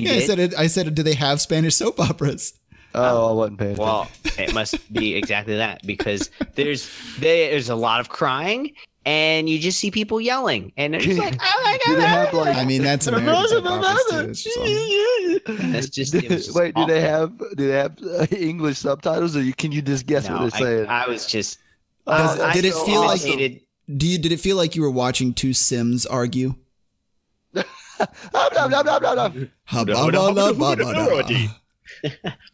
Speaker 2: yeah, I
Speaker 3: did?
Speaker 2: said it. I said, do they have Spanish soap operas?
Speaker 4: Oh, I wasn't paying. attention.
Speaker 3: Well, it must be exactly that because there's there's a lot of crying and you just see people yelling and it's like oh my
Speaker 4: Do
Speaker 3: god.
Speaker 4: they have, like-
Speaker 2: I mean, that's American soap operas too. It's just all-
Speaker 3: That's just- it was just
Speaker 4: Wait, do they
Speaker 3: awful.
Speaker 4: have do they have uh, English subtitles, or you, can you just guess
Speaker 3: No,
Speaker 4: what they're
Speaker 3: I-
Speaker 4: saying?
Speaker 3: I, was just.
Speaker 2: Does-
Speaker 4: Oh,
Speaker 2: Uh, did it
Speaker 4: that's so
Speaker 2: feel like-
Speaker 3: irritated.
Speaker 2: Do you? Did it feel like you were watching two Sims argue?
Speaker 4: Ah, blah, blah, blah, blah, blah.
Speaker 2: Ha
Speaker 5: No,
Speaker 2: ba ba la
Speaker 5: no, no,
Speaker 2: ba
Speaker 5: no,
Speaker 2: ba
Speaker 5: no,
Speaker 2: da.
Speaker 5: Roddy.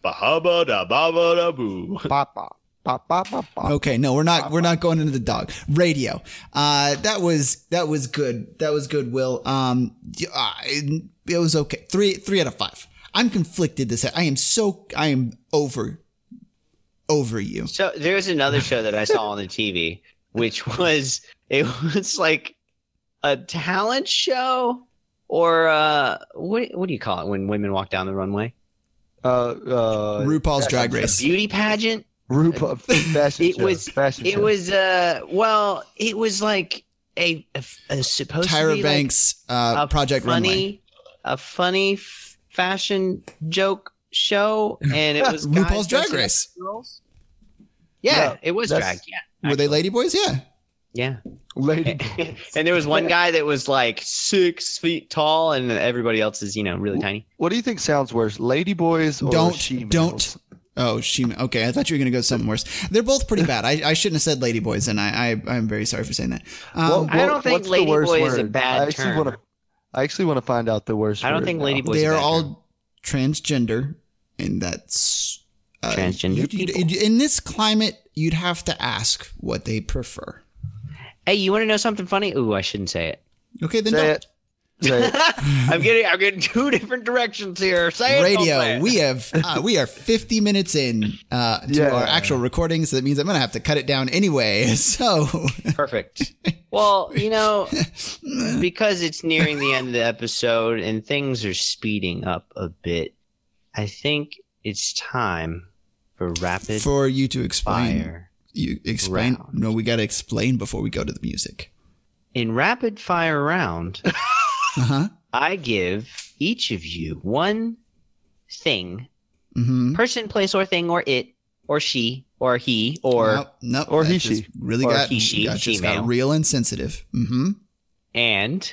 Speaker 5: Bahaba da baba da boo.
Speaker 4: Ba, ba, ba, ba, ba, ba.
Speaker 2: Okay, no, we're not. We're not going into the dog radio. Uh, that was that was good. That was good. Will. Um, y- uh, it it was okay. Three three out of five. I'm conflicted. This I am so I am over over you.
Speaker 3: So there was another show that I saw on the TV, which was it was like a talent show or uh, what what do you call it when women walk down the runway?
Speaker 4: Uh, uh,
Speaker 2: RuPaul's
Speaker 4: fashion
Speaker 2: Drag
Speaker 4: show.
Speaker 2: Race.
Speaker 3: Beauty pageant.
Speaker 4: RuPaul fashion
Speaker 3: It
Speaker 4: show,
Speaker 3: was-
Speaker 4: fashion
Speaker 3: It
Speaker 4: show.
Speaker 3: was uh well, it was like a, a, a supposed to
Speaker 2: Tyra
Speaker 3: be
Speaker 2: Banks.
Speaker 3: like
Speaker 2: uh, Project
Speaker 3: funny,
Speaker 2: Runway.
Speaker 3: a funny f- fashion joke show, and it was guys
Speaker 2: RuPaul's Drag
Speaker 3: dressed up
Speaker 2: Race.
Speaker 3: as girls. Yeah,
Speaker 4: Yeah,
Speaker 3: it was
Speaker 4: that's-
Speaker 3: drag. Yeah,
Speaker 2: Were they
Speaker 3: actually.
Speaker 2: ladyboys? Yeah.
Speaker 3: Yeah,
Speaker 4: Lady
Speaker 3: and there was one guy that was like six feet tall, and everybody else is you know really tiny.
Speaker 4: What do you think sounds worse, Lady Boys or
Speaker 2: Don't-
Speaker 4: She-Males?
Speaker 2: don't. Oh, she. Okay, I thought you were gonna go something worse. They're both pretty bad. I, I shouldn't have said ladyboys, and I, I I'm very sorry for saying that. Um,
Speaker 4: What-
Speaker 3: I don't
Speaker 4: what-
Speaker 3: think
Speaker 4: what's the
Speaker 3: Lady
Speaker 4: worst
Speaker 3: Boy is a
Speaker 4: word?
Speaker 3: bad
Speaker 4: I actually
Speaker 3: term.
Speaker 4: Wanna, I actually want to find out the worst.
Speaker 3: I don't
Speaker 4: word
Speaker 3: think
Speaker 4: now.
Speaker 3: Lady Boy- Boys
Speaker 2: they
Speaker 3: in
Speaker 2: are
Speaker 3: that
Speaker 2: all transgender, and that's uh,
Speaker 3: Transgender
Speaker 2: you- you-
Speaker 3: people.
Speaker 2: you- in this climate, you'd have to ask what they prefer.
Speaker 3: Hey, you want to know something funny? Ooh, I shouldn't say it.
Speaker 2: Okay, then
Speaker 4: Say
Speaker 2: don't.
Speaker 4: it. Say it.
Speaker 3: I'm getting I'm getting two different directions here. Say it, don't say
Speaker 2: Radio.
Speaker 3: it.
Speaker 2: We have uh, we are 50 minutes in uh, to
Speaker 4: Yeah.
Speaker 2: our actual recording, so that means I'm gonna have to cut it down anyway. So
Speaker 3: Perfect. Well, you know, because it's nearing the end of the episode and things are speeding up a bit, I think it's time for rapid
Speaker 2: for you to explain,
Speaker 3: fire.
Speaker 2: you explain.
Speaker 3: round.
Speaker 2: No, we gotta explain before we go to the music.
Speaker 3: In rapid fire round,
Speaker 2: Uh huh.
Speaker 3: I give each of you one thing,
Speaker 2: Mm-hmm.
Speaker 3: person, place, or thing, or it, or she, or he, or
Speaker 2: nope, nope,
Speaker 4: or
Speaker 2: that
Speaker 4: he,
Speaker 2: just
Speaker 4: she.
Speaker 2: really
Speaker 3: Or
Speaker 2: got,
Speaker 3: he, she,
Speaker 2: got, just got
Speaker 3: female.
Speaker 2: real insensitive. Mm-hmm.
Speaker 3: and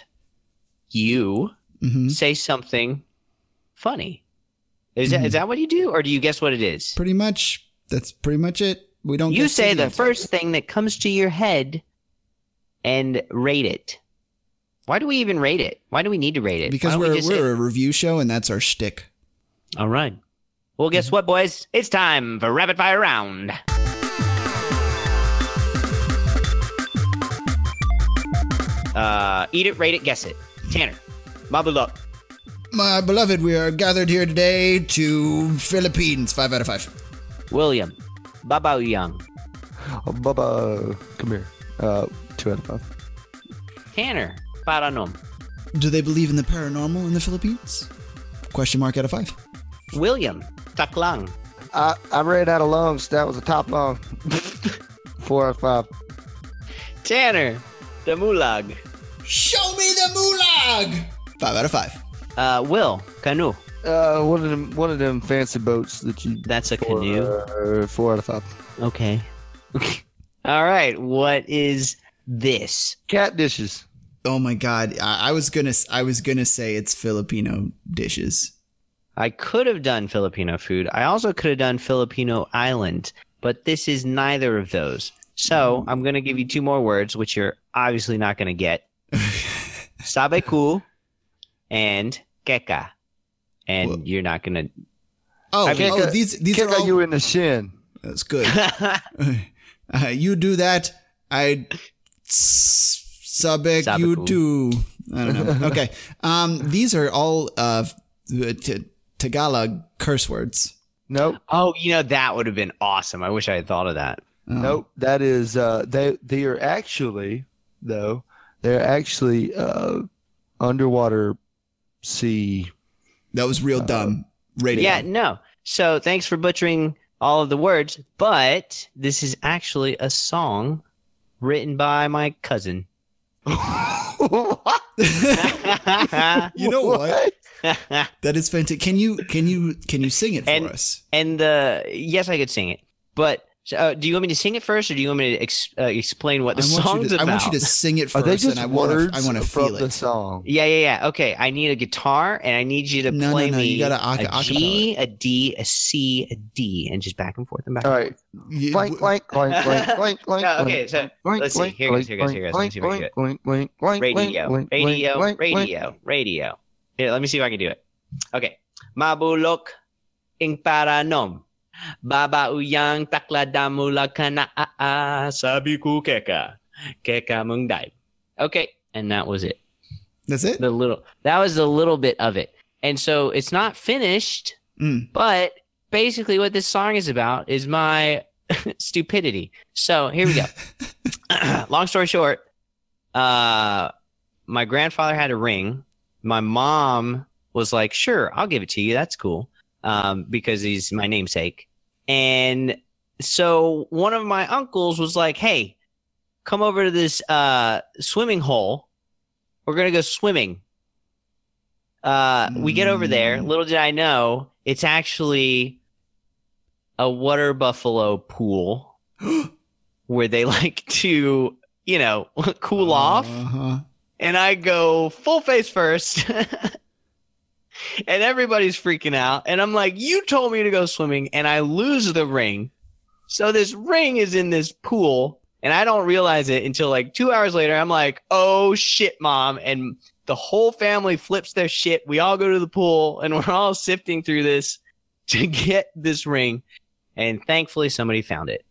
Speaker 3: you
Speaker 2: Mm-hmm.
Speaker 3: say something funny. Is that is
Speaker 2: Hmm.
Speaker 3: that what you do, or do you guess what it is?
Speaker 2: Pretty much. That's pretty much it. We don't.
Speaker 3: you
Speaker 2: get
Speaker 3: say the
Speaker 2: signals.
Speaker 3: first thing that comes to your head and rate it. Why do we even rate it? Why do we need to rate it?
Speaker 2: because
Speaker 3: Why don't we
Speaker 2: we're
Speaker 3: just say-
Speaker 2: we're a review show and that's our shtick.
Speaker 3: All right. Well, guess what, boys? It's time for rapid fire round. Uh, eat it, rate it, guess it. Tanner, bubble up.
Speaker 2: My beloved, we are gathered here today to Philippines. Five out of five.
Speaker 3: William, Baba Young.
Speaker 4: Oh, Bubba, come here. Uh, two out of five.
Speaker 3: Tanner, Paranom.
Speaker 2: Do they believe in the paranormal in the Philippines? Question mark out of five.
Speaker 3: William, Taklang.
Speaker 4: I, I ran out of lungs. That was a top lung. Four out of five.
Speaker 3: Tanner, Damulag.
Speaker 2: Show me the mulag. Five out of five.
Speaker 3: Uh, Will, Canoe.
Speaker 4: Uh, one of them, one of them fancy boats that you.
Speaker 3: That's a
Speaker 4: Four,
Speaker 3: canoe.
Speaker 4: uh, four out of five.
Speaker 3: Okay. All right. What is this?
Speaker 4: Cat dishes.
Speaker 2: Oh my god, I, I was gonna I was gonna say it's Filipino dishes.
Speaker 3: I could have done Filipino food. I also could have done Filipino island, but this is neither of those. So I'm going to give you two more words, which you're obviously not going to get Sabeku and Keka. And
Speaker 2: Whoa.
Speaker 3: you're not going
Speaker 2: Oh,
Speaker 3: I mean-
Speaker 2: oh these these
Speaker 4: Kick
Speaker 2: are all,
Speaker 4: you in the shin.
Speaker 2: that's good.
Speaker 3: to.
Speaker 2: Uh, you do that, I subek you
Speaker 3: Sabeku.
Speaker 2: too. I don't know. Okay, um, these are all uh, t- Tagalog curse words.
Speaker 4: Nope.
Speaker 3: oh, you know, that would have been awesome. I wish I had thought of that.
Speaker 2: Um,
Speaker 4: Nope, that is uh, they they are actually though they're actually uh, underwater sea.
Speaker 2: that was
Speaker 4: Uh,
Speaker 2: real dumb. Radio.
Speaker 3: Yeah, no. So thanks for butchering all of the words, but this is actually a song written by my cousin.
Speaker 4: what?
Speaker 2: You know what? That is fantastic. Can you can you can you sing it for
Speaker 3: And-
Speaker 2: us?
Speaker 3: and the yes, I could sing it, but uh, do you want me to sing it first, or do you want me to ex- uh, explain what the
Speaker 2: I want,
Speaker 3: song's
Speaker 2: you to, I
Speaker 3: about?
Speaker 2: want you to sing it
Speaker 4: Are
Speaker 2: first,
Speaker 4: they just
Speaker 2: and I want
Speaker 4: words
Speaker 2: to I want to
Speaker 4: from
Speaker 2: feel
Speaker 4: the
Speaker 2: it.
Speaker 4: song?
Speaker 3: yeah, yeah, yeah. Okay, I need a guitar, and I need you to
Speaker 2: No, no,
Speaker 3: play
Speaker 2: no,
Speaker 3: me
Speaker 2: you gotta a-
Speaker 3: a G, a D, a C, a D, and just back and forth and back.
Speaker 4: All
Speaker 3: and
Speaker 4: right.
Speaker 2: You-
Speaker 4: Blank, blank, blank, blank, blank, blank.
Speaker 3: No, Oh, okay, so
Speaker 4: blank,
Speaker 3: let's see.
Speaker 4: blank,
Speaker 3: Here it goes, here it goes, here it goes. Let me
Speaker 4: blank,
Speaker 3: see if I can do
Speaker 4: blank,
Speaker 3: it.
Speaker 4: blank, blank, blank,
Speaker 3: radio,
Speaker 4: blank, blank,
Speaker 3: radio,
Speaker 4: blank, blank.
Speaker 3: radio, radio. Here, let me see if I can do it. Okay. Mabulok ing paranom. Baba uyang takladamula kanaa sabi ku keka. Keka mung dai. Okay. And that was it.
Speaker 2: That's it.
Speaker 3: The little that was the little bit of it. And so it's not finished,
Speaker 2: Mm.
Speaker 3: but basically what this song is about is my stupidity. So here we go. Long story short, uh, my grandfather had a ring. My mom was like, "Sure, I'll give it to you. That's cool," um, because he's my namesake. And so one of my uncles was like, "Hey, come over to this uh, swimming hole. We're gonna go swimming." Uh, we get over there.
Speaker 2: Mm.
Speaker 3: Little did I know, it's actually a water buffalo pool where they like to, you know, cool off.
Speaker 2: Uh-huh.
Speaker 3: And I go full face first. and everybody's freaking out. And I'm like, you told me to go swimming and I lose the ring. So this ring is in this pool. And I don't realize it until like two hours later. I'm like, oh shit, mom. And the whole family flips their shit. We all go to the pool and we're all sifting through this to get this ring. And thankfully, somebody found it.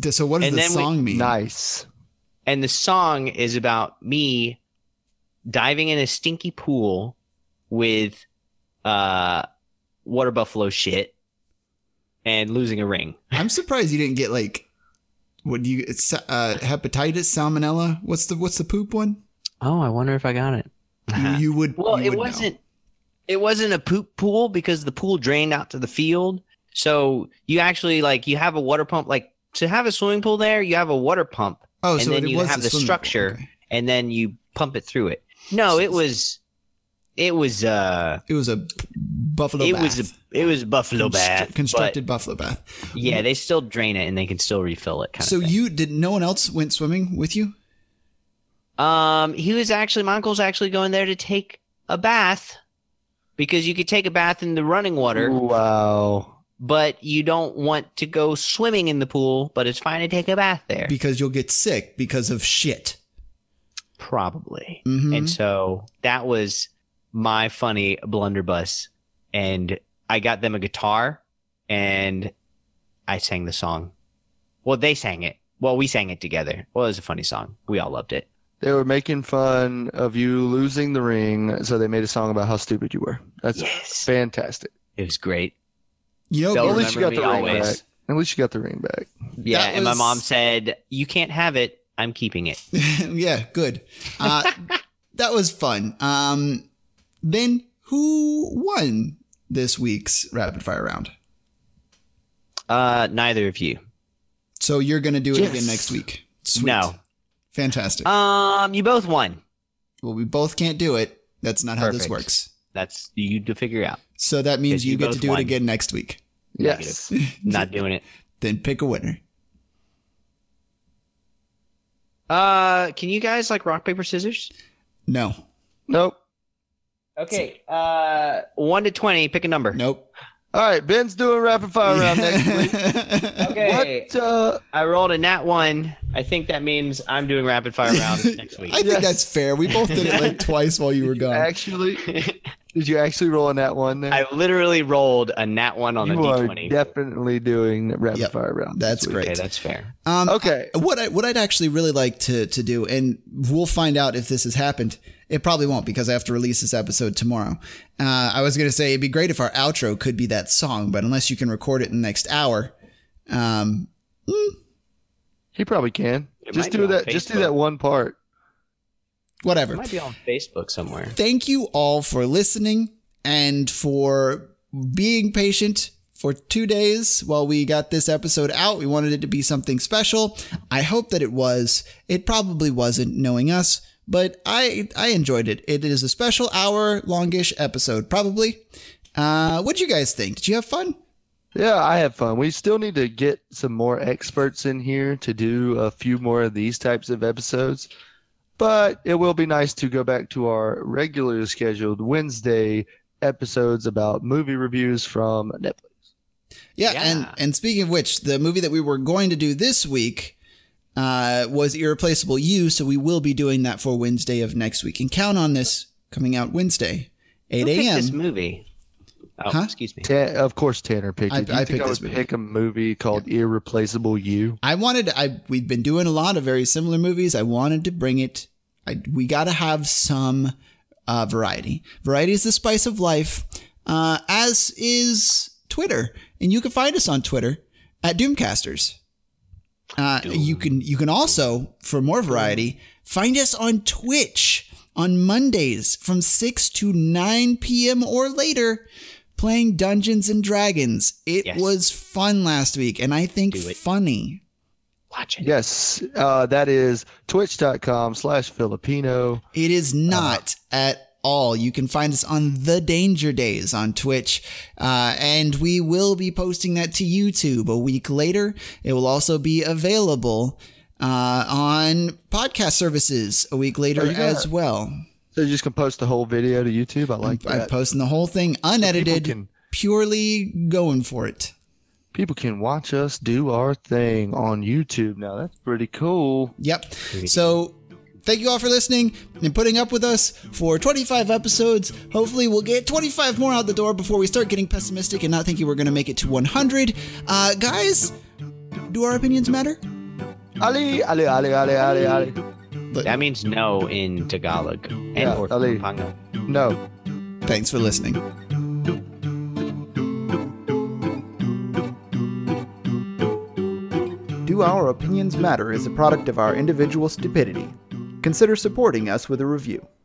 Speaker 2: D- So what does
Speaker 3: And
Speaker 2: the
Speaker 3: then we-
Speaker 2: song mean?
Speaker 4: Nice.
Speaker 3: and the song is about me diving in a stinky pool with uh water buffalo shit and losing a ring.
Speaker 2: I'm surprised you didn't get like what do you it's uh hepatitis salmonella what's the what's the poop one
Speaker 3: Oh, I wonder if I got it.
Speaker 2: you, you would
Speaker 3: Uh-huh. well,
Speaker 2: you
Speaker 3: it
Speaker 2: would know.
Speaker 3: wasn't it wasn't a poop pool because the pool drained out to the field. So you actually like you have a water pump like to have a swimming pool there, you have a water pump
Speaker 2: oh
Speaker 3: and
Speaker 2: so
Speaker 3: then
Speaker 2: it
Speaker 3: you
Speaker 2: was
Speaker 3: have
Speaker 2: a
Speaker 3: the
Speaker 2: swimming pool,
Speaker 3: structure.
Speaker 2: okay.
Speaker 3: and then you pump it through it. No, it was it was uh
Speaker 2: it was a p- buffalo
Speaker 3: it
Speaker 2: bath.
Speaker 3: was a, it was buffalo
Speaker 2: Constr-
Speaker 3: bath but
Speaker 2: constructed buffalo bath
Speaker 3: yeah they still drain it and they can still refill it kind
Speaker 2: so
Speaker 3: of thing.
Speaker 2: you did no one else went swimming with you
Speaker 3: um he was actually my uncle's actually going there to take a bath because you could take a bath in the running water
Speaker 4: uh,
Speaker 2: Oh.
Speaker 4: Wow.
Speaker 3: but you don't want to go swimming in the pool but it's fine to take a bath there
Speaker 2: because you'll get sick because of shit
Speaker 3: probably
Speaker 2: Mhm.
Speaker 3: and so that was my funny blunderbuss and i got them a guitar and i sang the song well they sang it well we sang it together well it was a funny song we all loved it
Speaker 4: They were making fun of you losing the ring, so they made a song about how stupid you were. That's
Speaker 3: yes
Speaker 4: fantastic.
Speaker 3: it was great
Speaker 2: you know
Speaker 3: They'll
Speaker 4: at
Speaker 2: Gary,
Speaker 4: least you got
Speaker 3: remember
Speaker 4: the
Speaker 3: me
Speaker 4: ring back.
Speaker 3: always.
Speaker 4: At least you got the ring back.
Speaker 3: yeah
Speaker 2: That
Speaker 3: and my
Speaker 2: was-
Speaker 3: mom said you can't have it i'm keeping it
Speaker 2: yeah, good. Uh, that was fun. Um, then who won this week's rapid fire round?
Speaker 3: uh neither of you
Speaker 2: So you're gonna do it
Speaker 4: Yes.
Speaker 2: again next week. Sweet.
Speaker 3: No.
Speaker 2: Fantastic.
Speaker 3: um you both won
Speaker 2: well, we both can't do it. That's not how this
Speaker 3: Perfect.
Speaker 2: works.
Speaker 3: that's you to figure out
Speaker 2: So that means
Speaker 3: Yes, you
Speaker 2: you get to
Speaker 3: both
Speaker 2: do
Speaker 3: won.
Speaker 2: it again next week.
Speaker 4: Yes.
Speaker 3: not doing it
Speaker 2: Then pick a winner.
Speaker 3: uh can you guys like rock paper scissors
Speaker 2: No.
Speaker 4: Nope.
Speaker 2: Let's see.
Speaker 3: okay. Uh, one to twenty. Pick a number.
Speaker 2: Nope.
Speaker 4: All right, Ben's doing rapid fire round next week.
Speaker 3: Okay.
Speaker 4: What? Uh,
Speaker 3: I rolled a nat one. I think that means I'm doing rapid fire round next week.
Speaker 2: I think
Speaker 4: Yes.
Speaker 2: that's fair. We both did it like twice while you were gone.
Speaker 4: actually, did you actually roll on that one? There?
Speaker 3: I literally rolled a nat one on
Speaker 4: you
Speaker 3: the
Speaker 4: are
Speaker 3: d20.
Speaker 4: definitely doing the rapid
Speaker 2: Yep.
Speaker 4: fire round.
Speaker 2: That's
Speaker 4: this week.
Speaker 3: Okay,
Speaker 2: great.
Speaker 3: that's fair.
Speaker 2: Um,
Speaker 4: Okay.
Speaker 2: what I what I'd actually really like to to do, and we'll find out if this has happened. It probably won't because I have to release this episode tomorrow. Uh, I was gonna say it'd be great if our outro could be that song, but unless you can record it in the next hour, um,
Speaker 4: He probably can.
Speaker 3: It
Speaker 4: just
Speaker 3: might be
Speaker 4: do
Speaker 3: on
Speaker 4: that. Just do
Speaker 3: Facebook.
Speaker 4: that one part.
Speaker 3: It
Speaker 2: whatever.
Speaker 3: might be on Facebook somewhere.
Speaker 2: Thank you all for listening and for being patient for two days while we got this episode out. We wanted it to be something special. I hope that it was. It probably wasn't, knowing us, but I I enjoyed it. It is a special hour longish episode, probably. Uh, what would you guys think? Did you have fun?
Speaker 4: Yeah, I have fun. We still need to get some more experts in here to do a few more of these types of episodes. But it will be nice to go back to our regularly scheduled Wednesday episodes about movie reviews from Netflix.
Speaker 2: Yeah,
Speaker 3: Yeah.
Speaker 2: and and speaking of which, the movie that we were going to do this week uh, was Irreplaceable You, so we will be doing that for Wednesday of next week. And count on this coming out Wednesday, eight
Speaker 3: Who picked This
Speaker 2: a.m.
Speaker 3: movie. Oh,
Speaker 2: Huh?
Speaker 3: excuse me.
Speaker 4: Ta- of course, Tanner picked
Speaker 2: I-
Speaker 4: it. Do you
Speaker 2: I
Speaker 4: think
Speaker 2: picked
Speaker 4: I
Speaker 2: this
Speaker 4: would
Speaker 2: movie.
Speaker 4: pick a movie called Irreplaceable You.
Speaker 2: I wanted I we've been doing a lot of very similar movies. I wanted to bring it. I, we got to have some uh, variety. Variety is the spice of life, uh, as is Twitter, and you can find us on Twitter at Doomcasters. Uh, you can you can also for more variety find us on Twitch on Mondays from 6 to 9 p.m. or later playing Dungeons and Dragons. It
Speaker 3: Yes.
Speaker 2: was fun last week and I think
Speaker 3: Do it.
Speaker 2: funny.
Speaker 3: Watch it.
Speaker 4: Yes, uh, that is twitch.com slash Filipino.
Speaker 2: It is not at all. You can find us on The Danger Days on Twitch. Uh, and we will be posting that to YouTube a week later. It will also be available uh, on podcast services a week later
Speaker 4: Oh, you got-
Speaker 2: as well.
Speaker 4: So you just can post the whole video to YouTube. I like
Speaker 2: I'm
Speaker 4: that.
Speaker 2: posting the whole thing unedited,
Speaker 4: can-
Speaker 2: purely going for it.
Speaker 4: people can watch us do our thing on YouTube now. That's pretty cool.
Speaker 2: Yep. So thank you all for listening and putting up with us for 25 episodes. Hopefully, we'll get 25 more out the door before we start getting pessimistic and not thinking we're going to make it to 100. Uh, guys, do our opinions matter?
Speaker 4: Ali, Ali, Ali, Ali, Ali, Ali.
Speaker 3: That means no in Tagalog and
Speaker 4: Yeah,
Speaker 3: or
Speaker 4: Ali.
Speaker 3: Pampanga.
Speaker 4: No.
Speaker 2: Thanks for listening.
Speaker 1: Do Our Opinions Matter is a product of our individual stupidity. Consider supporting us with a review.